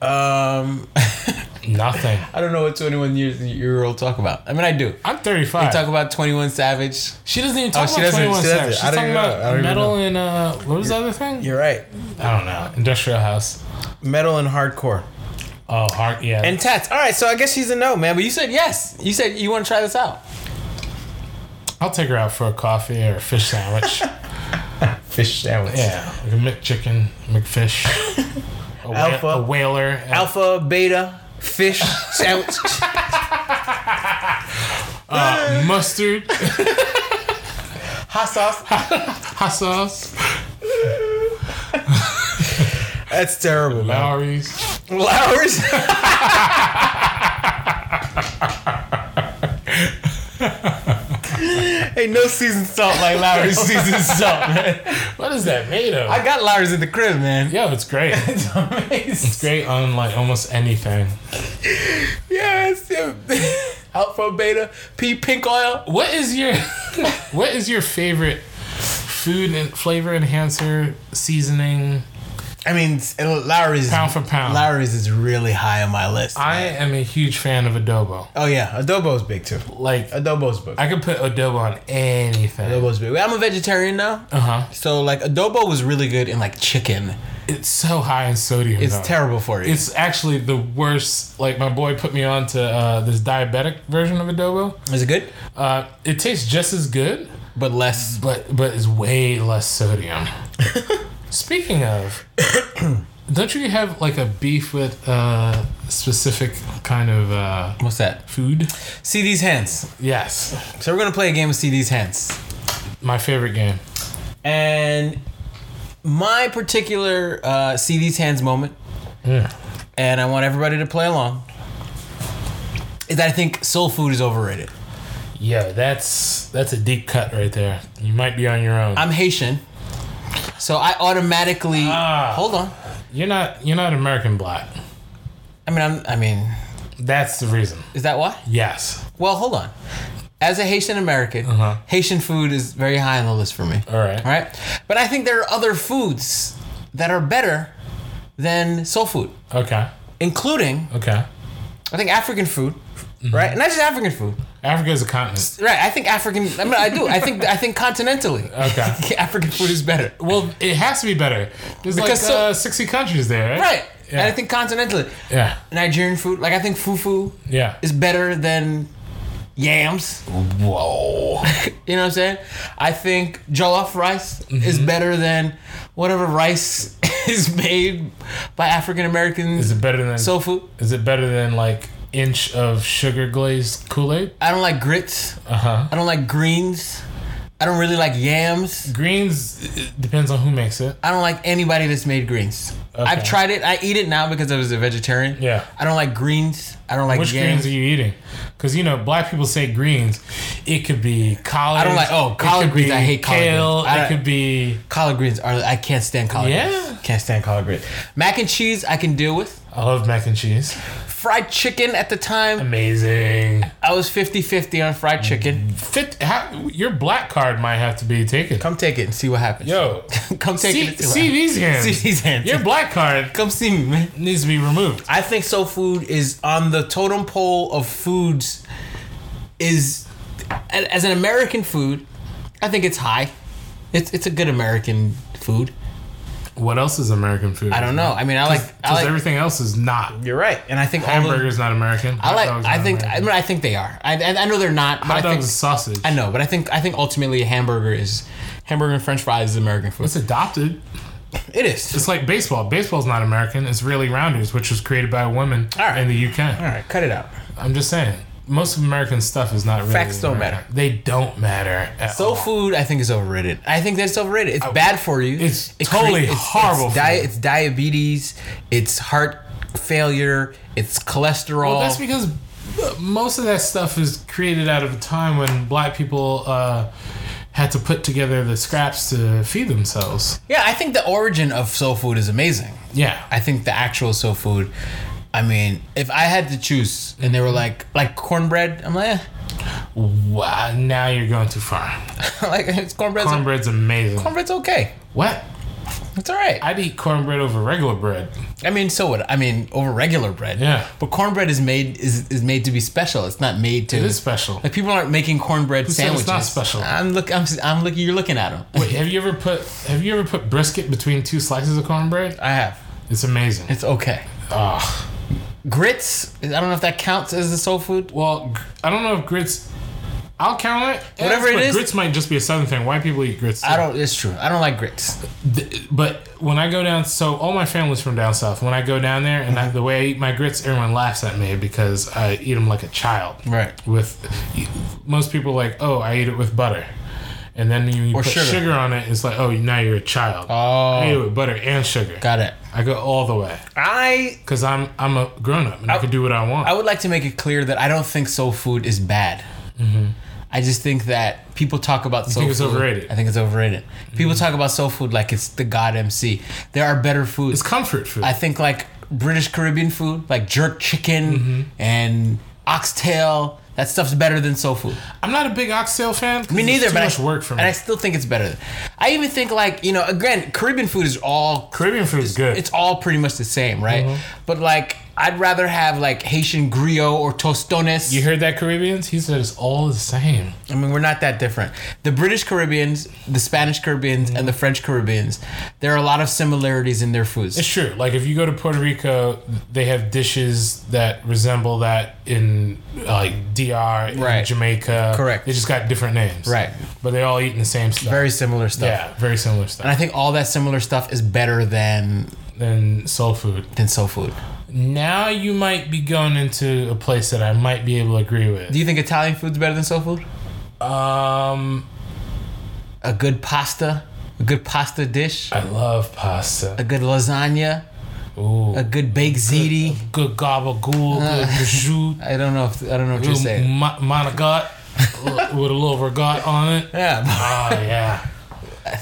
A: Um,
B: Nothing.
A: I don't know what 21 years year old talk about. I mean, I do.
B: I'm 35.
A: Talk about 21 Savage.
B: she doesn't even talk
A: Oh, she
B: about
A: doesn't-
B: 21
A: she doesn't.
B: Savage. She's
A: I don't
B: talking
A: even know. I don't
B: about
A: even
B: metal and uh, what was the other thing?
A: You're right.
B: I don't know. Industrial House.
A: Metal and hardcore.
B: Oh, heart. Yeah.
A: And tats. All right, so I guess she's a no, man. But you said yes. You said you want to try this out.
B: I'll take her out for a coffee or a fish sandwich.
A: Fish sandwich.
B: yeah, like a McChicken, McFish, a, wha-
A: Alpha.
B: a whaler.
A: Alpha, beta, fish sandwich.
B: uh, mustard,
A: Hot sauce.
B: hot sauce,
A: That's terrible, man.
B: Lowry's.
A: Flowers. hey, no seasoned salt like Lowry's seasoned salt, man.
B: What is that made of?
A: I got Lowry's in the crib, man.
B: Yo, it's great. It's
A: It's amazing.
B: great on like almost anything.
A: Yeah, it's yeah. Alpha, beta, P, pink oil.
B: What is your what is your favorite food and flavor enhancer seasoning
A: I mean, s- Lowry's
B: Pound for pound.
A: Lowry's is really high on my list.
B: I am a huge fan of adobo.
A: oh yeah, adobo's big too.
B: Like
A: Adobo's big.
B: I could put adobo on anything.
A: Adobo's big. I'm a vegetarian now,
B: Uh huh.
A: so like adobo was really good in like chicken.
B: It's so high in sodium.
A: It's
B: though.
A: terrible for you.
B: It's actually the worst. Like my boy put me on to uh, this diabetic version of adobo.
A: is it good?
B: Uh, it tastes just as good,
A: But less.
B: but but it's way less sodium. Speaking of, don't you have like a beef with uh, specific kind of uh,
A: What's that?
B: food?
A: See these hands.
B: Yes,
A: So we're gonna play a game of see these hands.
B: my favorite game.
A: And my particular uh, see these hands moment,
B: Hmm.
A: and I want everybody to play along, is that I think soul food is overrated.
B: Yeah, that's that's a deep cut right there. You might be on your own.
A: I'm Haitian, so I automatically
B: Ah.
A: hold on.
B: you're not you're not American black.
A: I mean, I'm, I mean,
B: That's the reason.
A: is that why?
B: Yes.
A: Well, hold on. As a Haitian American,
B: Uh-huh. Uh,
A: Haitian food is very high on the list for me.
B: All right.
A: All right, but I think there are other foods that are better than soul food,
B: Okay.
A: including
B: Okay.
A: I think African food,
B: Mm-hmm.
A: right? And not just African food.
B: Africa's a continent.
A: Right, I think African. I mean, I do. I think I think continentally.
B: Okay.
A: African food is better.
B: Well, it has to be better. There's like
A: Because so-
B: uh, 60 countries there, right?
A: Right,
B: Yeah.
A: and I think continentally.
B: Yeah.
A: Nigerian food, like I think fufu
B: Yeah.
A: is better than yams.
B: Whoa.
A: You know what I'm saying? I think jollof rice
B: Mm-hmm.
A: is better than whatever rice is made by African
B: Is
A: Americans.
B: it better than
A: Soul food.
B: Is it better than like inch of sugar glazed Kool Aid?
A: I don't like grits.
B: Uh huh.
A: I don't like greens. I don't really like yams.
B: Greens it depends on who makes it.
A: I don't like anybody that's made greens. I've
B: Okay.
A: tried it. I eat it now because I was a vegetarian.
B: Yeah.
A: I don't like greens. I don't like
B: Which
A: yams.
B: greens are you eating? Because you know, black people say greens. It could be collard.
A: I don't like- oh,
B: it
A: collard
B: could
A: greens,
B: be
A: I hate collard
B: kale.
A: greens. I
B: It
A: don't-
B: could be
A: collard greens are. I can't stand collard
B: Yeah.
A: greens. Can't stand collard greens. Mac and cheese I can deal with.
B: I love mac and cheese.
A: Fried chicken at the time
B: Amazing.
A: I was 50-50 on fried chicken.
B: Fit. How, your black card might have to be taken.
A: Come take it and see what happens.
B: Yo,
A: Come take
B: see,
A: it. and
B: see these hands.
A: See these hands.
B: Your black card
A: Come see me, man.
B: needs to be removed.
A: I think soul food is on the totem pole of foods. Is a- as an American food, I think it's high. It's it's a good American food.
B: What else is American food?
A: I don't know. I mean, I like. I
B: Because
A: like
B: everything else is not.
A: you're right, and I think all the-
B: Hamburger's not American.
A: I like. I think. I mean, I think they are. I, I I know they're not. But
B: hot
A: I
B: dogs
A: think.
B: is sausage.
A: I know, but I think I think ultimately a hamburger is hamburger and French fries is American food.
B: It's adopted.
A: It is.
B: It's like baseball. Baseball's not American. It's really rounders, which was created by a woman
A: All right.
B: in the UK.
A: All right, cut it out.
B: I'm just saying. Most of American stuff is not really.
A: Facts don't
B: American.
A: matter.
B: They don't matter at
A: Soul
B: all.
A: food, I think, is overrated. I think that's overrated. It's bad for you.
B: it's totally horrible
A: It's,
B: for
A: di-
B: you.
A: it's diabetes. It's heart failure. It's cholesterol.
B: Well, that's because uh, most of that stuff is created out of a time when black people uh, had to put together the scraps to feed themselves.
A: yeah, I think the origin of soul food is amazing.
B: Yeah.
A: I think the actual soul food. I mean, if I had to choose, and they were like like cornbread, I'm like,
B: Wow, now you're going too far.
A: eh. like it's cornbread's
B: Cornbread's amazing.
A: cornbread's okay.
B: What?
A: It's all right. I,
B: I'd eat cornbread over regular bread.
A: mean, so what? I mean, over regular bread.
B: Yeah.
A: But cornbread is made is, is made to be special. It's not made to.
B: It is special.
A: Like people aren't making cornbread
B: said it's
A: sandwiches.
B: not special?
A: I'm look. I'm, I'm looking. You're looking at them.
B: Wait, have you ever put have you ever put brisket between two slices of cornbread?
A: I have.
B: It's amazing.
A: It's okay. Ah.
B: Ugh.
A: Grits. I don't know if that counts as a soul food.
B: Well, gr- I don't know if grits. I'll count it. Yes,
A: Whatever it
B: but
A: is-
B: grits might just be a southern thing. White people eat grits.
A: I
B: too.
A: don't. It's true. I don't like grits.
B: Th- but when I go down, so all my family's from down south. When I go down there, and
A: Mm-hmm.
B: I, the way I eat my grits, everyone laughs at me because I eat them like a child.
A: Right.
B: With most people, like, oh, I eat it with butter, and then you put
A: sugar.
B: sugar. on it. It's like, oh, now you're a child.
A: Oh.
B: I eat it with butter and sugar.
A: Got it.
B: I go all the way
A: I
B: because I'm I'm a grown up and I, can do what I want.
A: I would like to make it clear that I don't think soul food is bad. I just think that people talk about soul
B: think it's
A: food.
B: overrated?
A: I Mm-hmm. think it's overrated. Mm-hmm. People talk about soul food like it's the god MC. There are better foods.
B: it's comfort food.
A: I think
B: Mm-hmm.
A: like British Caribbean food, like jerk chicken and oxtail. That stuff's better than soul food.
B: I'm not a big oxtail fan. 'cause
A: Me
B: it's
A: neither,
B: Too
A: but
B: much
A: I,
B: work for me.
A: And I still think it's better. I even think like you know, again, Caribbean food is all
B: Caribbean food is good.
A: it's all pretty much the same, right?
B: Uh-huh.
A: But like, I'd rather have like Haitian griot or tostones.
B: you heard that, Caribbeans? He said it's all the same.
A: I mean, we're not that different. The British Caribbeans, the Spanish Caribbeans, and the
B: Mm-hmm.
A: French Caribbeans, there are a lot of similarities in their foods.
B: It's true. Like if you go to Puerto Rico, they have dishes that resemble that in like DR, in
A: Right.
B: Jamaica.
A: Correct.
B: They just got different names.
A: Right.
B: But they're all eating the same stuff.
A: Very similar stuff.
B: yeah, very similar stuff.
A: And I think all that similar stuff is better than
B: than soul food.
A: than soul food.
B: Now you might be going into a place that I might be able to agree
A: Do
B: with.
A: you think Italian food's better than soul food?
B: Um,
A: A good pasta, a good pasta dish,
B: I love pasta.
A: a good lasagna,
B: Ooh,
A: a good baked ziti.
B: Oh, good gabagool, good prosciutto,
A: I don't know if I don't know what you're
B: good
A: Uh. saying.
B: ma- manigot with a little regat on it.
A: Yeah, but
B: Oh yeah.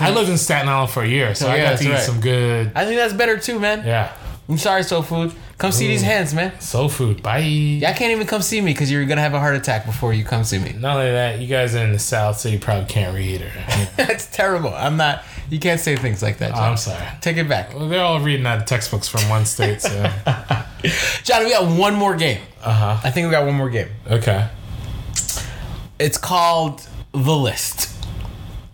B: I lived in Staten Island for a year, so
A: Oh,
B: I
A: yeah,
B: got
A: that's
B: to eat
A: right.
B: some good.
A: I think that's better too, man.
B: Yeah,
A: I'm sorry, soul food. Come see these hands, man.
B: soul food. Bye.
A: Y'all can't even come see me because you're gonna have a heart attack before you come see me.
B: Not only that, you guys are in the South, so you probably can't read her.
A: That's terrible. I'm not. You can't say things like that. John.
B: I'm sorry.
A: Take it back,
B: Well, they're all reading out of textbooks from one state, so. uh
A: John. We got one more game.
B: huh.
A: I think we got one more game.
B: Okay.
A: It's called the list.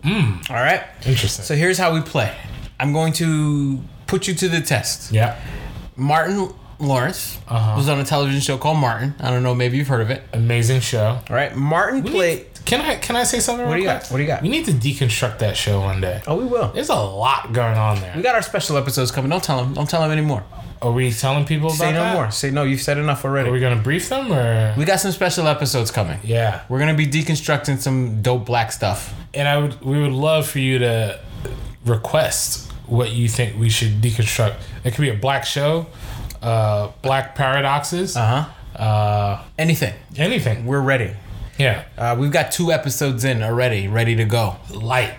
A: All right.
B: Interesting.
A: So here's how we play. I'm going to put you to the test.
B: yeah.
A: Martin Lawrence
B: Uh-huh.
A: was on a television show called Martin. I don't know. Maybe you've heard of it.
B: Amazing show.
A: All right. Martin played.
B: Can I can I say something? What
A: do you got? What do you got?
B: We need to deconstruct that show one day.
A: Oh, we will.
B: There's a lot going on
A: We
B: there.
A: got our special episodes coming. Don't tell him. Don't tell him anymore.
B: Are we telling people about
A: Say no
B: that?
A: more. Say no. You've said enough already.
B: Are we gonna brief them or?
A: We got some special episodes coming.
B: yeah.
A: We're gonna be deconstructing some dope black stuff.
B: and I would we would love for you to request what you think we should deconstruct. It could be a black show, uh, black paradoxes, uh
A: Uh huh. Anything.
B: anything.
A: We're ready.
B: Yeah,
A: Uh, we've got two episodes in already, ready to go.
B: light.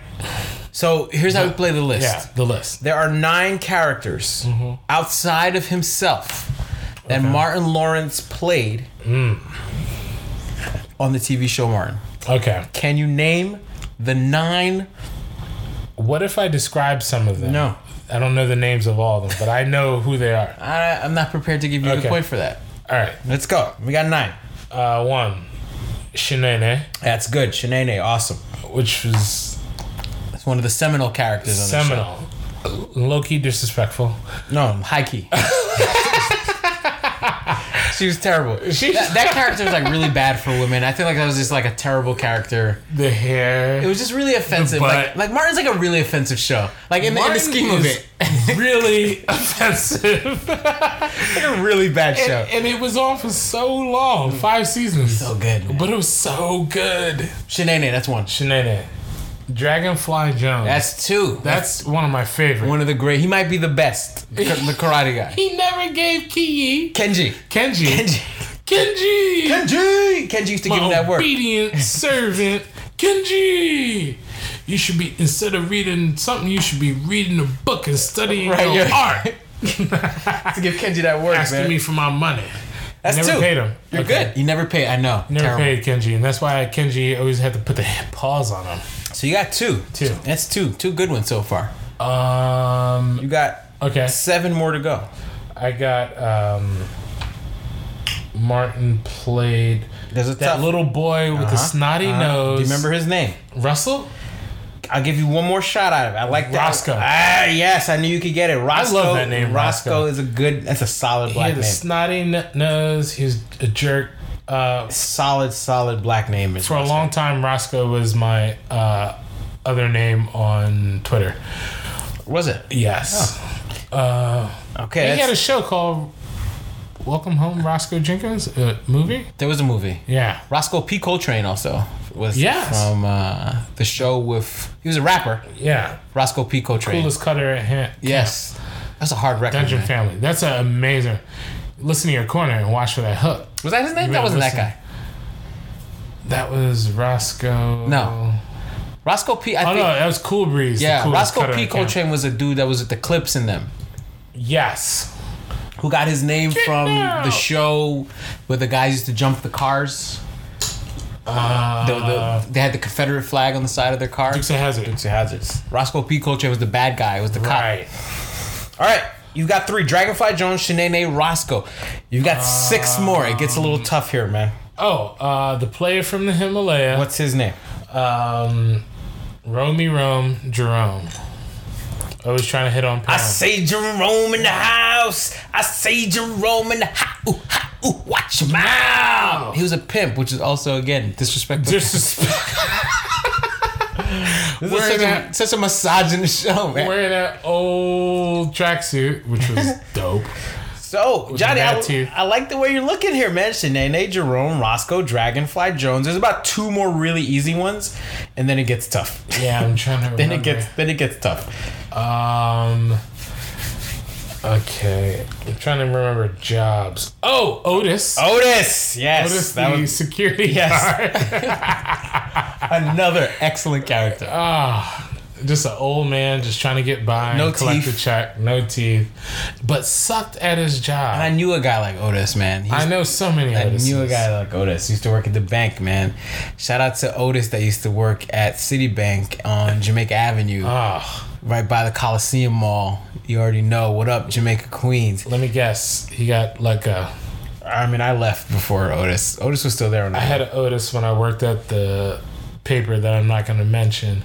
A: So here's how we play the list.
B: Yeah, the list.
A: There are nine characters
B: Mm-hmm.
A: outside of himself that Martin Lawrence played
B: Mm.
A: on the TV show Martin.
B: Okay.
A: Can you name the nine?
B: What if I describe some of them?
A: No.
B: I don't know the names of all of them, but I know who they are.
A: I, I'm not prepared to give you
B: Okay.
A: the point for that.
B: All right.
A: Let's go. We got nine.
B: Uh, one, Shinene,
A: That's good. Shanae, awesome.
B: which was
A: That's one of the seminal characters on the show.
B: seminal. Low key disrespectful.
A: No, Heike. she was terrible.
B: She-
A: that, that character was like really bad for women. I feel like that was just like a terrible character.
B: The hair.
A: It was just really offensive.
B: butt.
A: Like, like Martin's like a really offensive show. Like in, the, in the
B: Martin
A: scheme of
B: is
A: it,
B: really offensive.
A: like a really bad show.
B: and, and it was on for so long, five seasons.
A: so good. man.
B: but it was so good.
A: Shanae, that's one.
B: Shenanigans, Dragonfly Jones. That's
A: That's two.
B: that's one of my favorite.
A: one of the great. He might be the best. The the karate guy.
B: he never gave Kiyi
A: Kenji.
B: Kenji.
A: Kenji.
B: Kenji.
A: Kenji. Kenji used to give him that work.
B: obedient servant. Kenji. You should be instead of reading something, you should be reading a book and studying
A: Right,
B: your
A: yeah.
B: art.
A: To give Kenji that work,
B: Asking
A: man.
B: me for my money.
A: That's
B: never
A: two.
B: paid him.
A: You're
B: Okay.
A: good. You never paid. I know.
B: Never
A: Terrible.
B: paid Kenji, and that's why Kenji always had to put the paws on him.
A: So you got two.
B: Two.
A: That's two. Two good ones so far.
B: Um.
A: You got
B: Okay.
A: seven more to go.
B: I got um. Martin played
A: There's a
B: that
A: tough
B: little boy with the
A: Uh-huh.
B: snotty
A: Uh,
B: nose.
A: Do you remember his name?
B: Russell?
A: I'll give you one more shot out of it. I like that.
B: Roscoe.
A: Ah, yes, I knew you could get it. Roscoe.
B: that name,
A: Roscoe.
B: Roscoe.
A: is a good. That's a solid
B: He
A: black
B: had a
A: name.
B: snotty n- nose. He was a jerk. Uh,
A: solid, solid black name. Is
B: for a
A: Roscoe.
B: long time, Roscoe was my uh, other name on Twitter.
A: Was it?
B: Yes.
A: Okay.
B: He had a
A: that's-
B: show called Welcome Home, Roscoe Jenkins uh, movie.
A: there was a movie.
B: Yeah.
A: Roscoe P. Coltrane also was
B: Yes.
A: from uh, the show with. He was a rapper.
B: Yeah.
A: Roscoe P. Coltrane.
B: Coolest cutter at hand.
A: Yes. That's a hard record.
B: Dungeon
A: man.
B: Family. That's an amazing. Listen to your corner and watch for that hook.
A: Was that his name?
B: You
A: That
B: better
A: wasn't
B: listen.
A: that guy.
B: That was Roscoe.
A: No. Roscoe P. I
B: Oh
A: think.
B: no, that was Cool Breeze. the
A: Yeah,
B: coolest
A: Roscoe
B: cutter
A: P.
B: in town.
A: Coltrane was a dude that was with the clips in them.
B: Yes.
A: who got his name from
B: out.
A: the show where the guys used to jump the cars.
B: Uh,
A: The, the, they had the Confederate flag on the side of their car.
B: Dukes of Hazard.
A: Dukes of Hazards. Roscoe P. Culture was the bad guy. Was the cop.
B: Right.
A: All right. You've got three Dragonfly Jones, Shanae, Roscoe. You've got six more. It gets a little tough here, man.
B: Oh, uh, the player from the Himalaya.
A: What's his name?
B: Um, Romy Rome Jerome. I was trying to hit on.
A: I
B: Parent.
A: say Jerome in the house. I say Jerome in the house. Ooh, ha, ooh, watch your mouth. He was a pimp, which is also, again, disrespectful.
B: Disrespect.
A: this is
B: wearing
A: such a, such a misogynist show, man.
B: Wearing that old tracksuit, which was dope.
A: So, Johnny,
B: bad
A: I,
B: teeth.
A: I like the way you're looking here, man. Shanae, Jerome, Roscoe, Dragonfly Jones. There's about two more really easy ones, and then it gets tough.
B: Yeah, I'm trying to remember.
A: then it gets then it gets tough.
B: Um. Okay, I'm trying to remember jobs. Oh, Otis.
A: Otis, yes,
B: Otis,
A: that
B: the
A: was
B: security
A: Yes.
B: guard.
A: another excellent character.
B: Ah, just an old man just trying to get by.
A: No
B: and collect
A: teeth.
B: a check, no teeth, but sucked at his job.
A: I knew a guy like Otis, man. He
B: I know so many
A: I
B: artists.
A: knew a guy like Otis. Used to work at the bank, man. Shout out to Otis that used to work at Citibank on Jamaica Avenue,
B: Ah,
A: right by the Coliseum Mall. You already know. What up, Jamaica Queens?
B: let me guess. He got like a.
A: I mean, I left before Otis. Otis was still there when I,
B: I had an Otis when I worked at the paper that I'm not going to mention,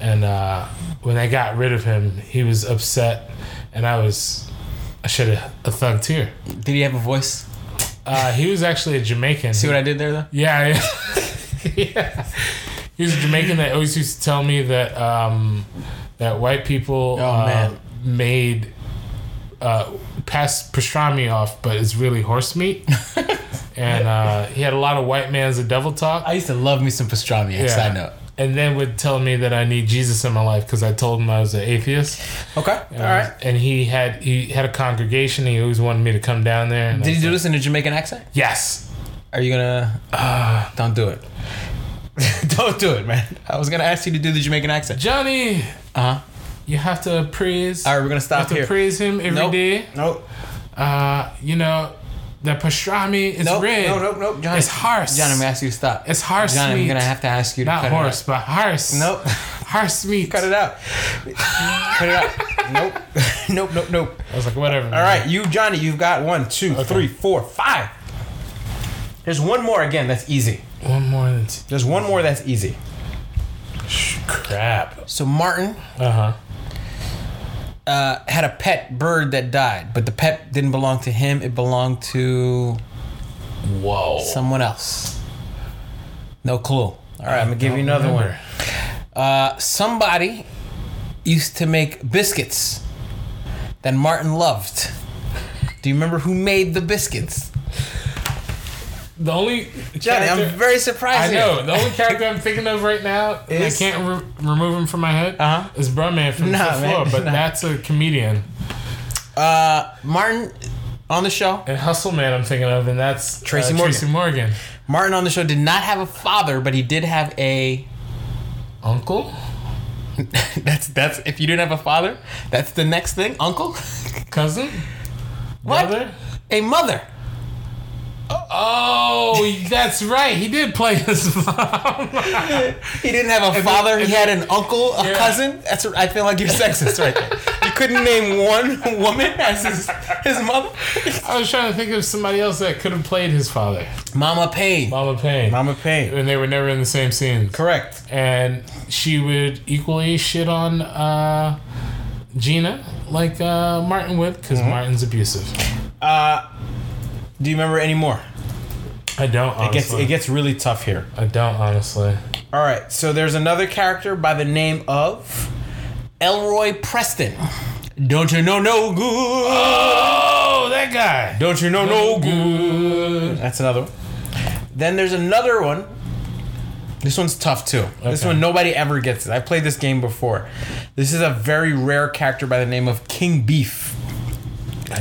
B: and uh, when they got rid of him, he was upset, and I was. I shed a, a thug tear.
A: Did he have a voice?
B: Uh, he was actually a Jamaican.
A: See what I did there, though?
B: Yeah, yeah. yeah. He was a Jamaican that always used to tell me that um, that white people
A: Oh,
B: uh,
A: man.
B: made uh, passed pastrami off, but it's really horse meat. and uh, he had a lot of white man's a devil talk.
A: I used to love me some pastrami. Yeah. Side note.
B: And then would tell me that I need Jesus in my life because I told him I was an atheist.
A: Okay. All right.
B: And he had he had a congregation. And he always wanted me to come down there. And I
A: Did
B: was
A: you do
B: like,
A: this in a Jamaican accent?
B: Yes.
A: Are you gonna? Uh, don't do it. don't do it, man. I was gonna ask you to do the Jamaican accent.
B: Johnny,
A: Uh huh.
B: you have to praise.
A: All right, we're gonna
B: I
A: stop
B: have to
A: here.
B: praise him every day.
A: nope. Nope.
B: Uh, you know, the pastrami is
A: Nope.
B: red.
A: Nope. Nope. Nope. Johnny,
B: It's harsh.
A: John, I'm gonna ask you to stop.
B: It's harsh
A: John, I'm
B: meat.
A: gonna have to ask you to
B: Not
A: cut
B: horse, but harsh.
A: It out. Nope.
B: Harsh meat.
A: cut it out. cut it out. Nope. nope. Nope. Nope.
B: I was like, whatever.
A: All right, you Johnny, you've got one, two, three, four, five. There's one more again. That's easy.
B: One more than t-
A: There's one more that's easy.
B: crap.
A: So Martin
B: Uh huh.
A: uh, had a pet bird that died, but the pet didn't belong to him. It belonged to
B: Whoa.
A: someone else. No clue. All right, I'm gonna give you another
B: Remember.
A: one. Uh, somebody used to make biscuits that Martin loved. Do you remember who made the biscuits?
B: The only
A: Johnny, I'm
B: character-
A: very surprised.
B: I
A: here.
B: know. The only character I'm thinking of right now, and
A: Is-
B: I can't re- remove him from my head,
A: Uh-huh.
B: is Brumman from
A: Nah,
B: the
A: man.
B: floor, but
A: Nah.
B: that's a comedian.
A: Uh, Martin on the show.
B: And Hustle Man, I'm thinking of, and that's uh,
A: Tracy Morgan.
B: Tracy Morgan.
A: Martin on the show did not have a father, but he did have a.
B: Uncle?
A: that's that's if you didn't have a father, that's the next thing, uncle.
B: Cousin?
A: What?
B: Brother?
A: a mother.
B: Oh, that's right. He did play his mom.
A: He didn't have a father. He had an uncle, a
B: Yeah.
A: cousin. That's I feel like you're sexist right there. You couldn't name one woman as his his mother.
B: I was trying to think of somebody else that could have played his father.
A: Mama Payne.
B: Mama Payne.
A: Mama Payne.
B: And they were never in the same scene.
A: Correct.
B: And she would equally shit on uh, Gina, like uh, Martin would, because
A: Mm-hmm.
B: Martin's abusive.
A: Uh, do you remember any more?
B: I don't,
A: It gets
B: honestly.
A: it gets really tough here.
B: I don't, honestly.
A: All right. So there's another character by the name of Elroy Preston. Don't you know no good?
B: Oh, that guy.
A: Don't you know no good?
B: good.
A: That's another one. Then there's another one. This one's tough too. This
B: Okay.
A: one nobody ever gets it. I played this game before. This is a very rare character by the name of King Beef.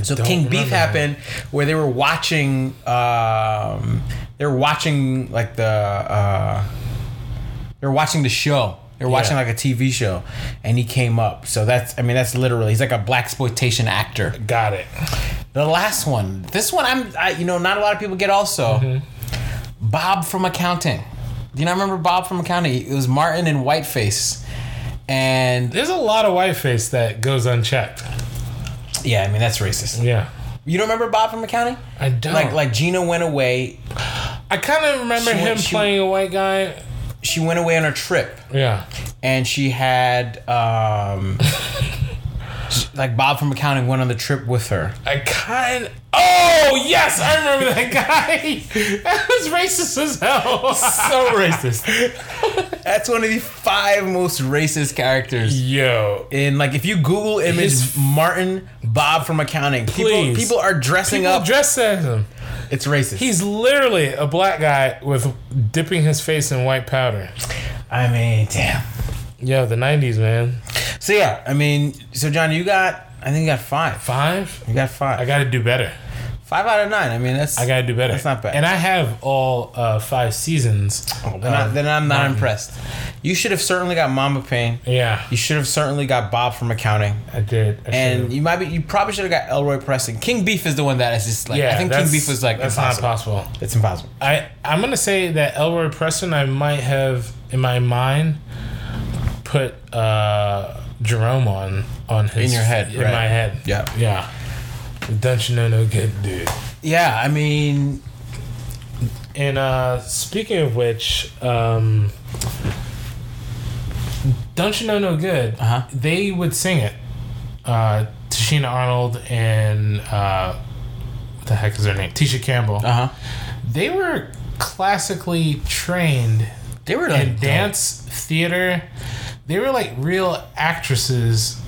A: So
B: don't
A: King Beef
B: remember
A: happened where they were watching. Um, they were watching like the. Uh, they were watching the show. They were watching
B: Yeah.
A: like a TV show, and he came up. So that's I mean that's literally he's like a black exploitation actor.
B: Got it.
A: The last
B: Mm-hmm.
A: one. This one I'm I, you know not a lot of people get also. Bob from accounting. You know, I remember Bob from County. It was Martin and Whiteface, and
B: There's a lot of whiteface that goes unchecked.
A: yeah, I mean that's racist.
B: Yeah.
A: You don't remember Bob from County?
B: I don't.
A: Like like Gina went away.
B: I kind of remember
A: She
B: him
A: went- she-
B: playing a white guy.
A: She went away on a trip,
B: Yeah.
A: and she had um, like Bob from County went on the trip with her.
B: I kind. Oh yes, I remember that guy. that was racist as hell.
A: So racist. That's one of the five most racist characters
B: Yo.
A: And like, if you Google image
B: His-
A: Martin Bob from accounting, people,
B: Please.
A: people are dressing
B: People
A: up.
B: dressed as him.
A: it's racist.
B: He's literally a black guy with dipping his face in white powder.
A: I mean, damn.
B: Yeah, the '90s, man.
A: So yeah, I mean, so John, you got, I think you got five.
B: Five.
A: You got five.
B: I got to do better.
A: five out of nine. I mean, that's.
B: I got to do better.
A: That's not bad. Oh.
B: And I have all uh, five seasons.
A: then, I,
B: of-
A: then I'm not impressed. You should have certainly got Mama Payne.
B: yeah,
A: You should have certainly got Bob from accounting,
B: I did. I
A: and
B: should've-
A: you might be. You probably should have got Elroy Preston. King Beef is the one that is just like.
B: yeah,
A: I think King
B: that's-
A: Beef was like
B: that's
A: impossible.
B: not possible.
A: It's impossible.
B: I I'm gonna say that Elroy Preston I might have in my mind put uh, Jerome on on his
A: In your head,
B: in
A: right.
B: my head
A: Yeah.
B: yeah don't you know no good dude
A: Yeah, I mean,
B: and uh, speaking of which um, don't you know no good
A: Uh-huh.
B: they would sing it uh, Tashina Arnold and uh, what the heck is her name Tisha Campbell
A: uh huh.
B: they were classically trained
A: They were like
B: and dance theater they were like real actresses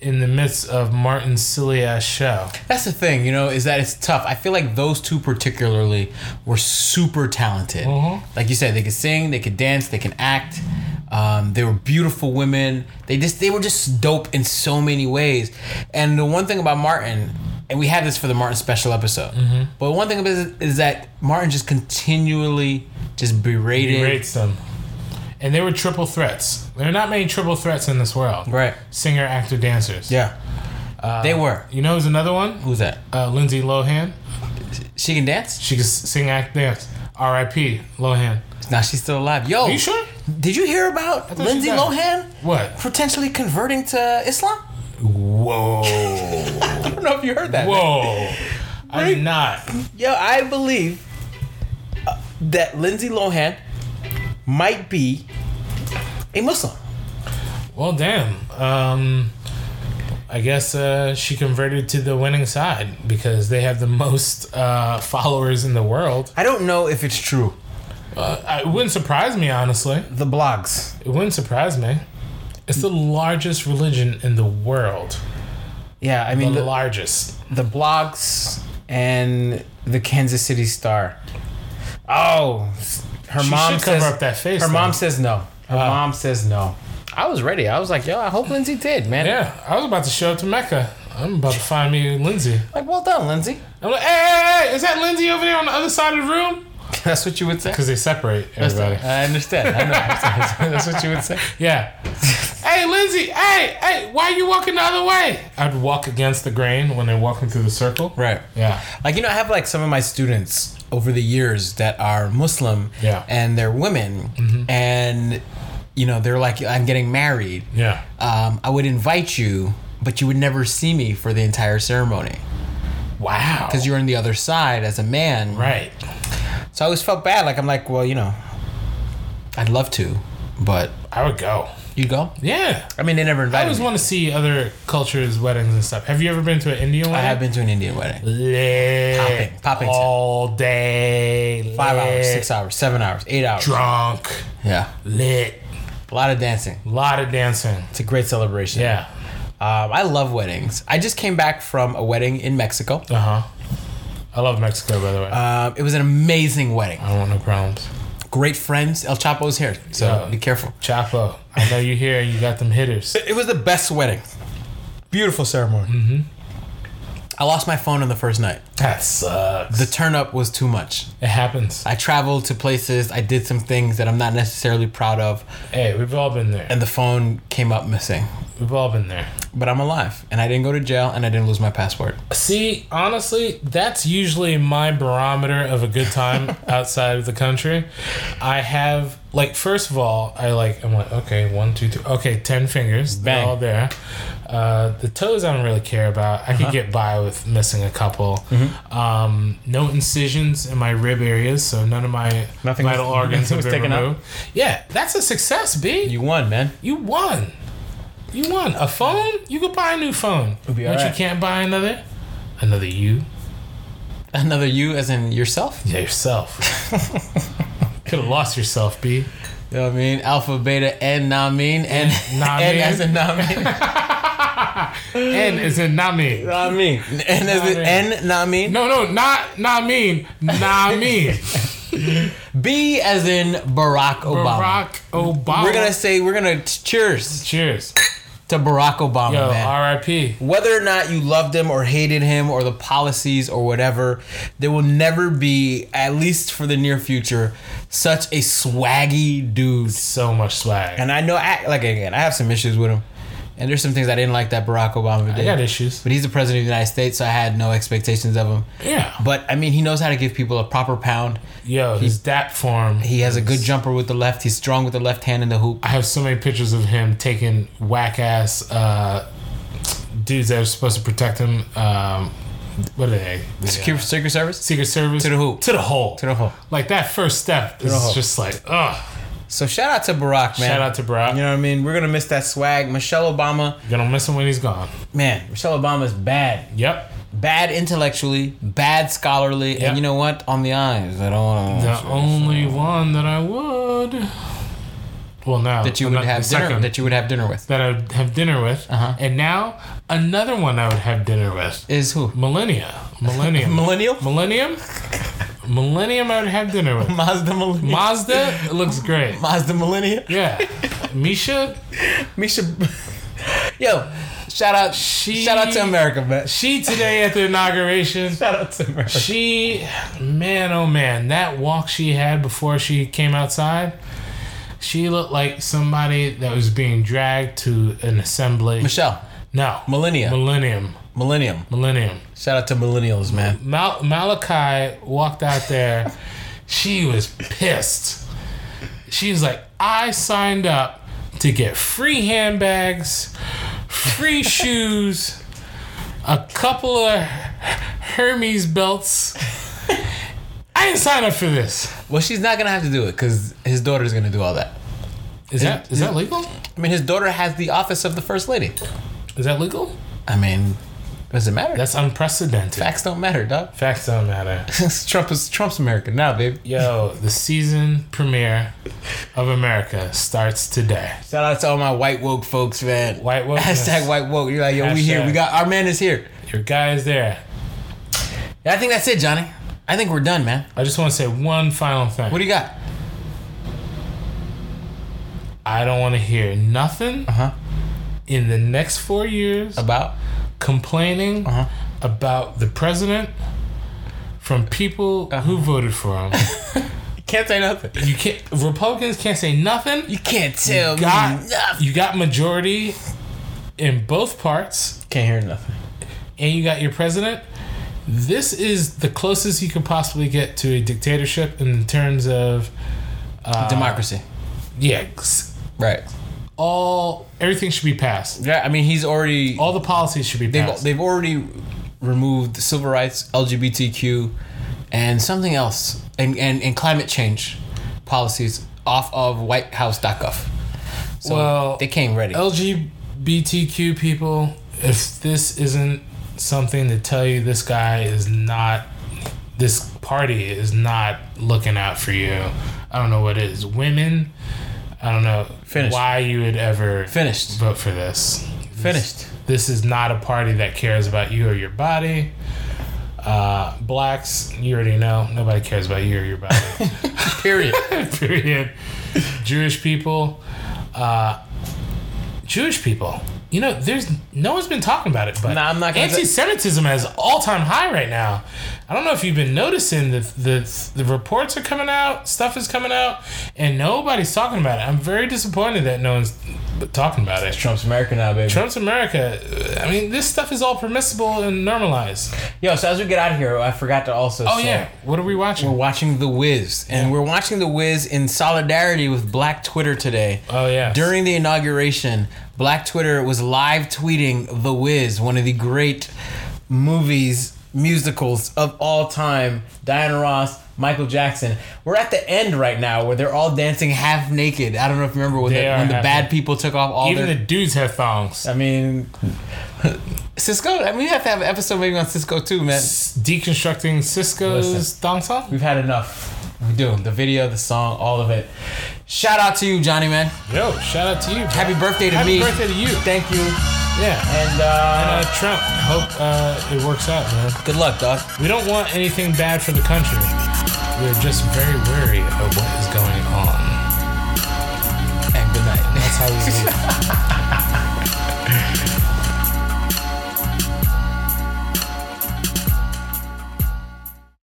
B: in the midst of martin's silly ass show
A: That's the thing, you know, is that it's tough. I feel like those two particularly were super talented.
B: Mhm.
A: Like you said, they could sing, they could dance, they can act. Um, they were beautiful women. They just they were just dope in so many ways. And the one thing about Martin, and we had this for the Martin special episode,
B: Mm-hmm.
A: but one thing about it is that Martin just continually just berated.
B: rates them and they were triple threats there are not many triple threats in this world
A: Right.
B: singer actor dancers
A: Yeah.
B: Uh,
A: they were.
B: you know who's another one
A: Who's that?
B: uh, lindsay lohan
A: She can dance?
B: she can s- sing act dance rip lohan
A: Now she's still alive. Yo,
B: are you sure
A: did you hear about
B: she
A: Lindsay
B: died.
A: Lohan?
B: what
A: potentially converting to Islam?
B: whoa
A: I don't know if you heard that.
B: whoa i did not
A: Yo, I believe uh, that Lindsay Lohan might be a Muslim.
B: Well, damn. Um, I guess uh, she converted to the winning side because they have the most uh, followers in the world.
A: I don't know if it's true.
B: Uh, it wouldn't surprise me, honestly.
A: The blogs.
B: It wouldn't surprise me. It's the largest religion in the world.
A: Yeah, I
B: The
A: mean the,
B: largest.
A: the blogs and the Kansas City Star. Oh, her
B: She
A: mom
B: should cover
A: says
B: up that face.
A: her
B: though.
A: mom says no. Her
B: Wow.
A: mom says no. I was ready. I was like, yo, I hope Lindsay did, man.
B: Yeah, I was about to show up to Mecca. I'm about to find me Lindsay.
A: Like, well done, Lindsay.
B: I'm like, hey, hey, hey, is that Lindsay over there on the other side of the room?
A: That's what you would say.
B: Because they separate everybody.
A: I understand. I know. That's what you would say.
B: Yeah. hey, Lindsay, hey, hey, why are you walking the other way? I'd walk against the grain when they're walking through the circle.
A: Right.
B: Yeah.
A: Like you know, I have like some of my students over the years that are Muslim.
B: Yeah. Mm-hmm.
A: And they're women, and you know they're like, I'm getting married.
B: Yeah.
A: Um, I would invite you, but you would never see me for the entire ceremony
B: Wow.
A: because you're on the other side as a man.
B: right.
A: So I always felt bad. Like I'm like, well, you know, I'd love to, but
B: I would go.
A: you go.
B: Yeah.
A: I mean, they never
B: I
A: invited
B: always
A: me.
B: want to see other cultures, weddings, and stuff. Have you ever been to an Indian wedding?
A: I have been to an Indian wedding.
B: Lit.
A: Popping- popping.
B: All day.
A: Five hours,
B: lit.
A: six hours, seven hours, eight hours.
B: Drunk.
A: Yeah,
B: Lit.
A: a lot of dancing.
B: A lot of dancing.
A: It's a great celebration.
B: Yeah.
A: Um, I love weddings. I just came back from a wedding in Mexico.
B: Uh huh. I love Mexico, by the way.
A: Um, it was an amazing wedding.
B: I don't want no problems.
A: Great friends. El Chapo's here, so
B: Yeah.
A: be careful.
B: Chapo, I know you here. You got them hitters.
A: It was the best wedding. Beautiful ceremony.
B: Mm-hmm.
A: I lost my phone on the first night.
B: That sucks.
A: The turn up was too much.
B: It happens.
A: I traveled to places. I did some things that I'm not necessarily proud of,
B: Hey, we've all been there.
A: and the phone came up missing.
B: We've all been there.
A: but I'm alive and I didn't go to jail and I didn't lose my passport.
B: See, honestly, that's usually my barometer of a good time outside of the country. I have like first of all, I like I'm like okay, one, two, three, okay, ten fingers, they're
A: Bang.
B: all there. Uh, the toes I don't really care about. I
A: Uh-huh.
B: could get by with missing a couple.
A: Mm-hmm.
B: Um, no incisions in my rib areas, so none of my
A: Nothing was-
B: vital organs
A: nothing was
B: have been
A: taken out?
B: removed. Yeah, that's a success, B.
A: You won, man.
B: You won. You won. A phone? You could buy a new phone.
A: It'll be
B: but you
A: alright.
B: can't buy another? Another you?
A: Another you as in yourself?
B: Yeah, yourself. could have lost yourself, B.
A: You know what I mean? Alpha, beta, and Namin and
B: Nah,
A: N
B: man.
A: as in Namin.
B: N is in not me.
A: Namin. N as in
B: Namin.
A: N Namin.
B: No, no, not not mean. Not mean.
A: B as in Barack Obama.
B: Barack Obama.
A: We're gonna say we're gonna t- cheers
B: Cheers.
A: to Barack Obama,
B: Yo,
A: man.
B: R.I.P.
A: Whether or not you loved him or hated him or the policies or whatever, there will never be, at least for the near future, such a swaggy dude.
B: So much swag.
A: And I know, I, like again, I have some issues with him, and there's some things I didn't like that Barack Obama
B: I got
A: did.
B: issues.
A: But he's the president of the United States, so I had no expectations of him.
B: Yeah.
A: But I mean, he knows how to give people a proper pound.
B: Yo, his dap form.
A: He has a good jumper with the left. He's strong with the left hand in the hoop.
B: I have so many pictures of him taking whack ass uh, dudes that are supposed to protect him. Um, what are they? The, uh,
A: Secure Secret Service
B: Secret Service
A: to the hoop.
B: To the hole.
A: To the hole.
B: Like that first step is
A: the hole.
B: just like, ugh.
A: So shout out to Barack, man.
B: Shout out to Brock.
A: You know what I mean? We're gonna miss that swag. Michelle Obama,
B: You're gonna miss him when he's gone.
A: man. Michelle Obama's bad,
B: Yep.
A: bad intellectually, bad scholarly,
B: Yeah.
A: and you know what? On the eyes, I don't want
B: The only one that I would. Well, now
A: that you
B: I'm
A: would
B: not- the
A: have dinner
B: second
A: that you would have dinner with
B: that I would have dinner with,
A: Uh-huh.
B: and now another one I would have dinner with.
A: is who?
B: Millennia. Millennium.
A: Millennial
B: Millennium? Millennium, I would have dinner with.
A: Mazda Millennial.
B: Mazda it looks great.
A: Mazda Millennial.
B: Yeah. Misha,
A: Misha. Yo, shout out.
B: She-
A: Shout out to America, man.
B: she today at the inauguration,
A: Shout out to America.
B: she, man, oh man, that walk she had before she came outside, she looked like somebody that was being dragged to an assembly.
A: Michelle,
B: No.
A: Millennia,
B: Millennium.
A: Millennium.
B: Millennium.
A: Shout out to millennials, man.
B: Mal- Malachi walked out there. she was pissed. She was like, I signed up to get free handbags, free shoes, a couple of Hermes belts. I didn't sign up for this.
A: Well, she's not gonna have to do it because his daughter's gonna do all that.
B: Is that is that legal?
A: I mean, his daughter has the office of the first lady.
B: Is that legal?
A: I mean, does it matter?
B: That's unprecedented.
A: Facts don't matter, dog.
B: Facts don't matter.
A: Trump is Trump's America now, babe.
B: Yo, the season premiere of America starts today.
A: Shout out to all my white woke folks, man.
B: White woke.
A: Hashtag white woke. You're like, yo, we here.
B: Hashtag.
A: We got our man is here.
B: Your guy is there.
A: Yeah, I think that's it, Johnny. I think we're done, man.
B: I just want to say one final thing.
A: What do you got?
B: I don't want to hear nothing
A: Uh huh.
B: in the next four years
A: About
B: complaining
A: Uh-huh.
B: about the president from people
A: Uh-huh.
B: who voted for him.
A: you can't say nothing.
B: you can't. Republicans can't say nothing.
A: You can't tell
B: Got
A: me nothing.
B: you got majority in both parts,
A: Can't hear nothing.
B: and you got your president. This is the closest you could possibly get to a dictatorship in terms of uh,
A: Democracy.
B: Yeah, s-
A: Right.
B: all everything should be passed.
A: Yeah. I mean, he's already
B: All the policies should be
A: they've,
B: passed.
A: they've already removed civil rights, LGBTQ, and something else, and, and, and climate change policies off of whitehouse.gov. So
B: Well,
A: they came ready.
B: LGBTQ people, if this isn't something to tell you, this guy is not, this party is not looking out for you. I don't know what it is. Women, I don't know
A: Finished.
B: why you would ever
A: Finished.
B: vote for this.
A: Finished.
B: This is not a party that cares about you or your body. Uh, blacks, you already know, nobody cares about you or your body.
A: Period.
B: period. Jewish people, uh, Jewish people. You know, there's no one's been talking about it, but
A: Nah, I'm not gonna-
B: anti-Semitism is all time high right now. I don't know if you've been noticing that the the reports are coming out, stuff is coming out, and nobody's talking about it. I'm very disappointed that no one's talking about it.
C: Trump's America now, baby.
B: Trump's America. I mean, this stuff is all permissible and normalized.
C: Yo, so as we get out of here, I forgot to also.
B: Oh
C: say,
B: yeah, what are we watching?
A: We're watching The Wiz, and we're watching The Wiz in solidarity with Black Twitter today.
B: Oh yeah.
A: During the inauguration, Black Twitter was live tweeting The Wiz, one of the great movies, musicals of all time. Diana Ross, Michael Jackson. We're at the end right now where they're all dancing half naked. I don't know if you remember when, the,
B: They are
A: when the
B: half
A: bad
B: naked.
A: people took off all
B: even
A: their.
B: the dudes have thongs.
A: I mean, Cisco, I mean, we have to have an episode maybe on Cisco too, man.
B: S- Deconstructing Cisco's
A: Listen.
B: thong song.
A: We've had enough. We do. The video, the song, all of it. Shout out to you, Johnny, man.
B: Yo, shout out to you. bro.
A: Happy birthday to
B: Happy
A: me.
B: birthday to you.
A: Thank you.
B: Yeah.
A: And uh,
B: Uh, Trump, hope uh, it works out, man.
A: good luck, dog.
B: We don't want anything bad for the country. We're just very wary of what is going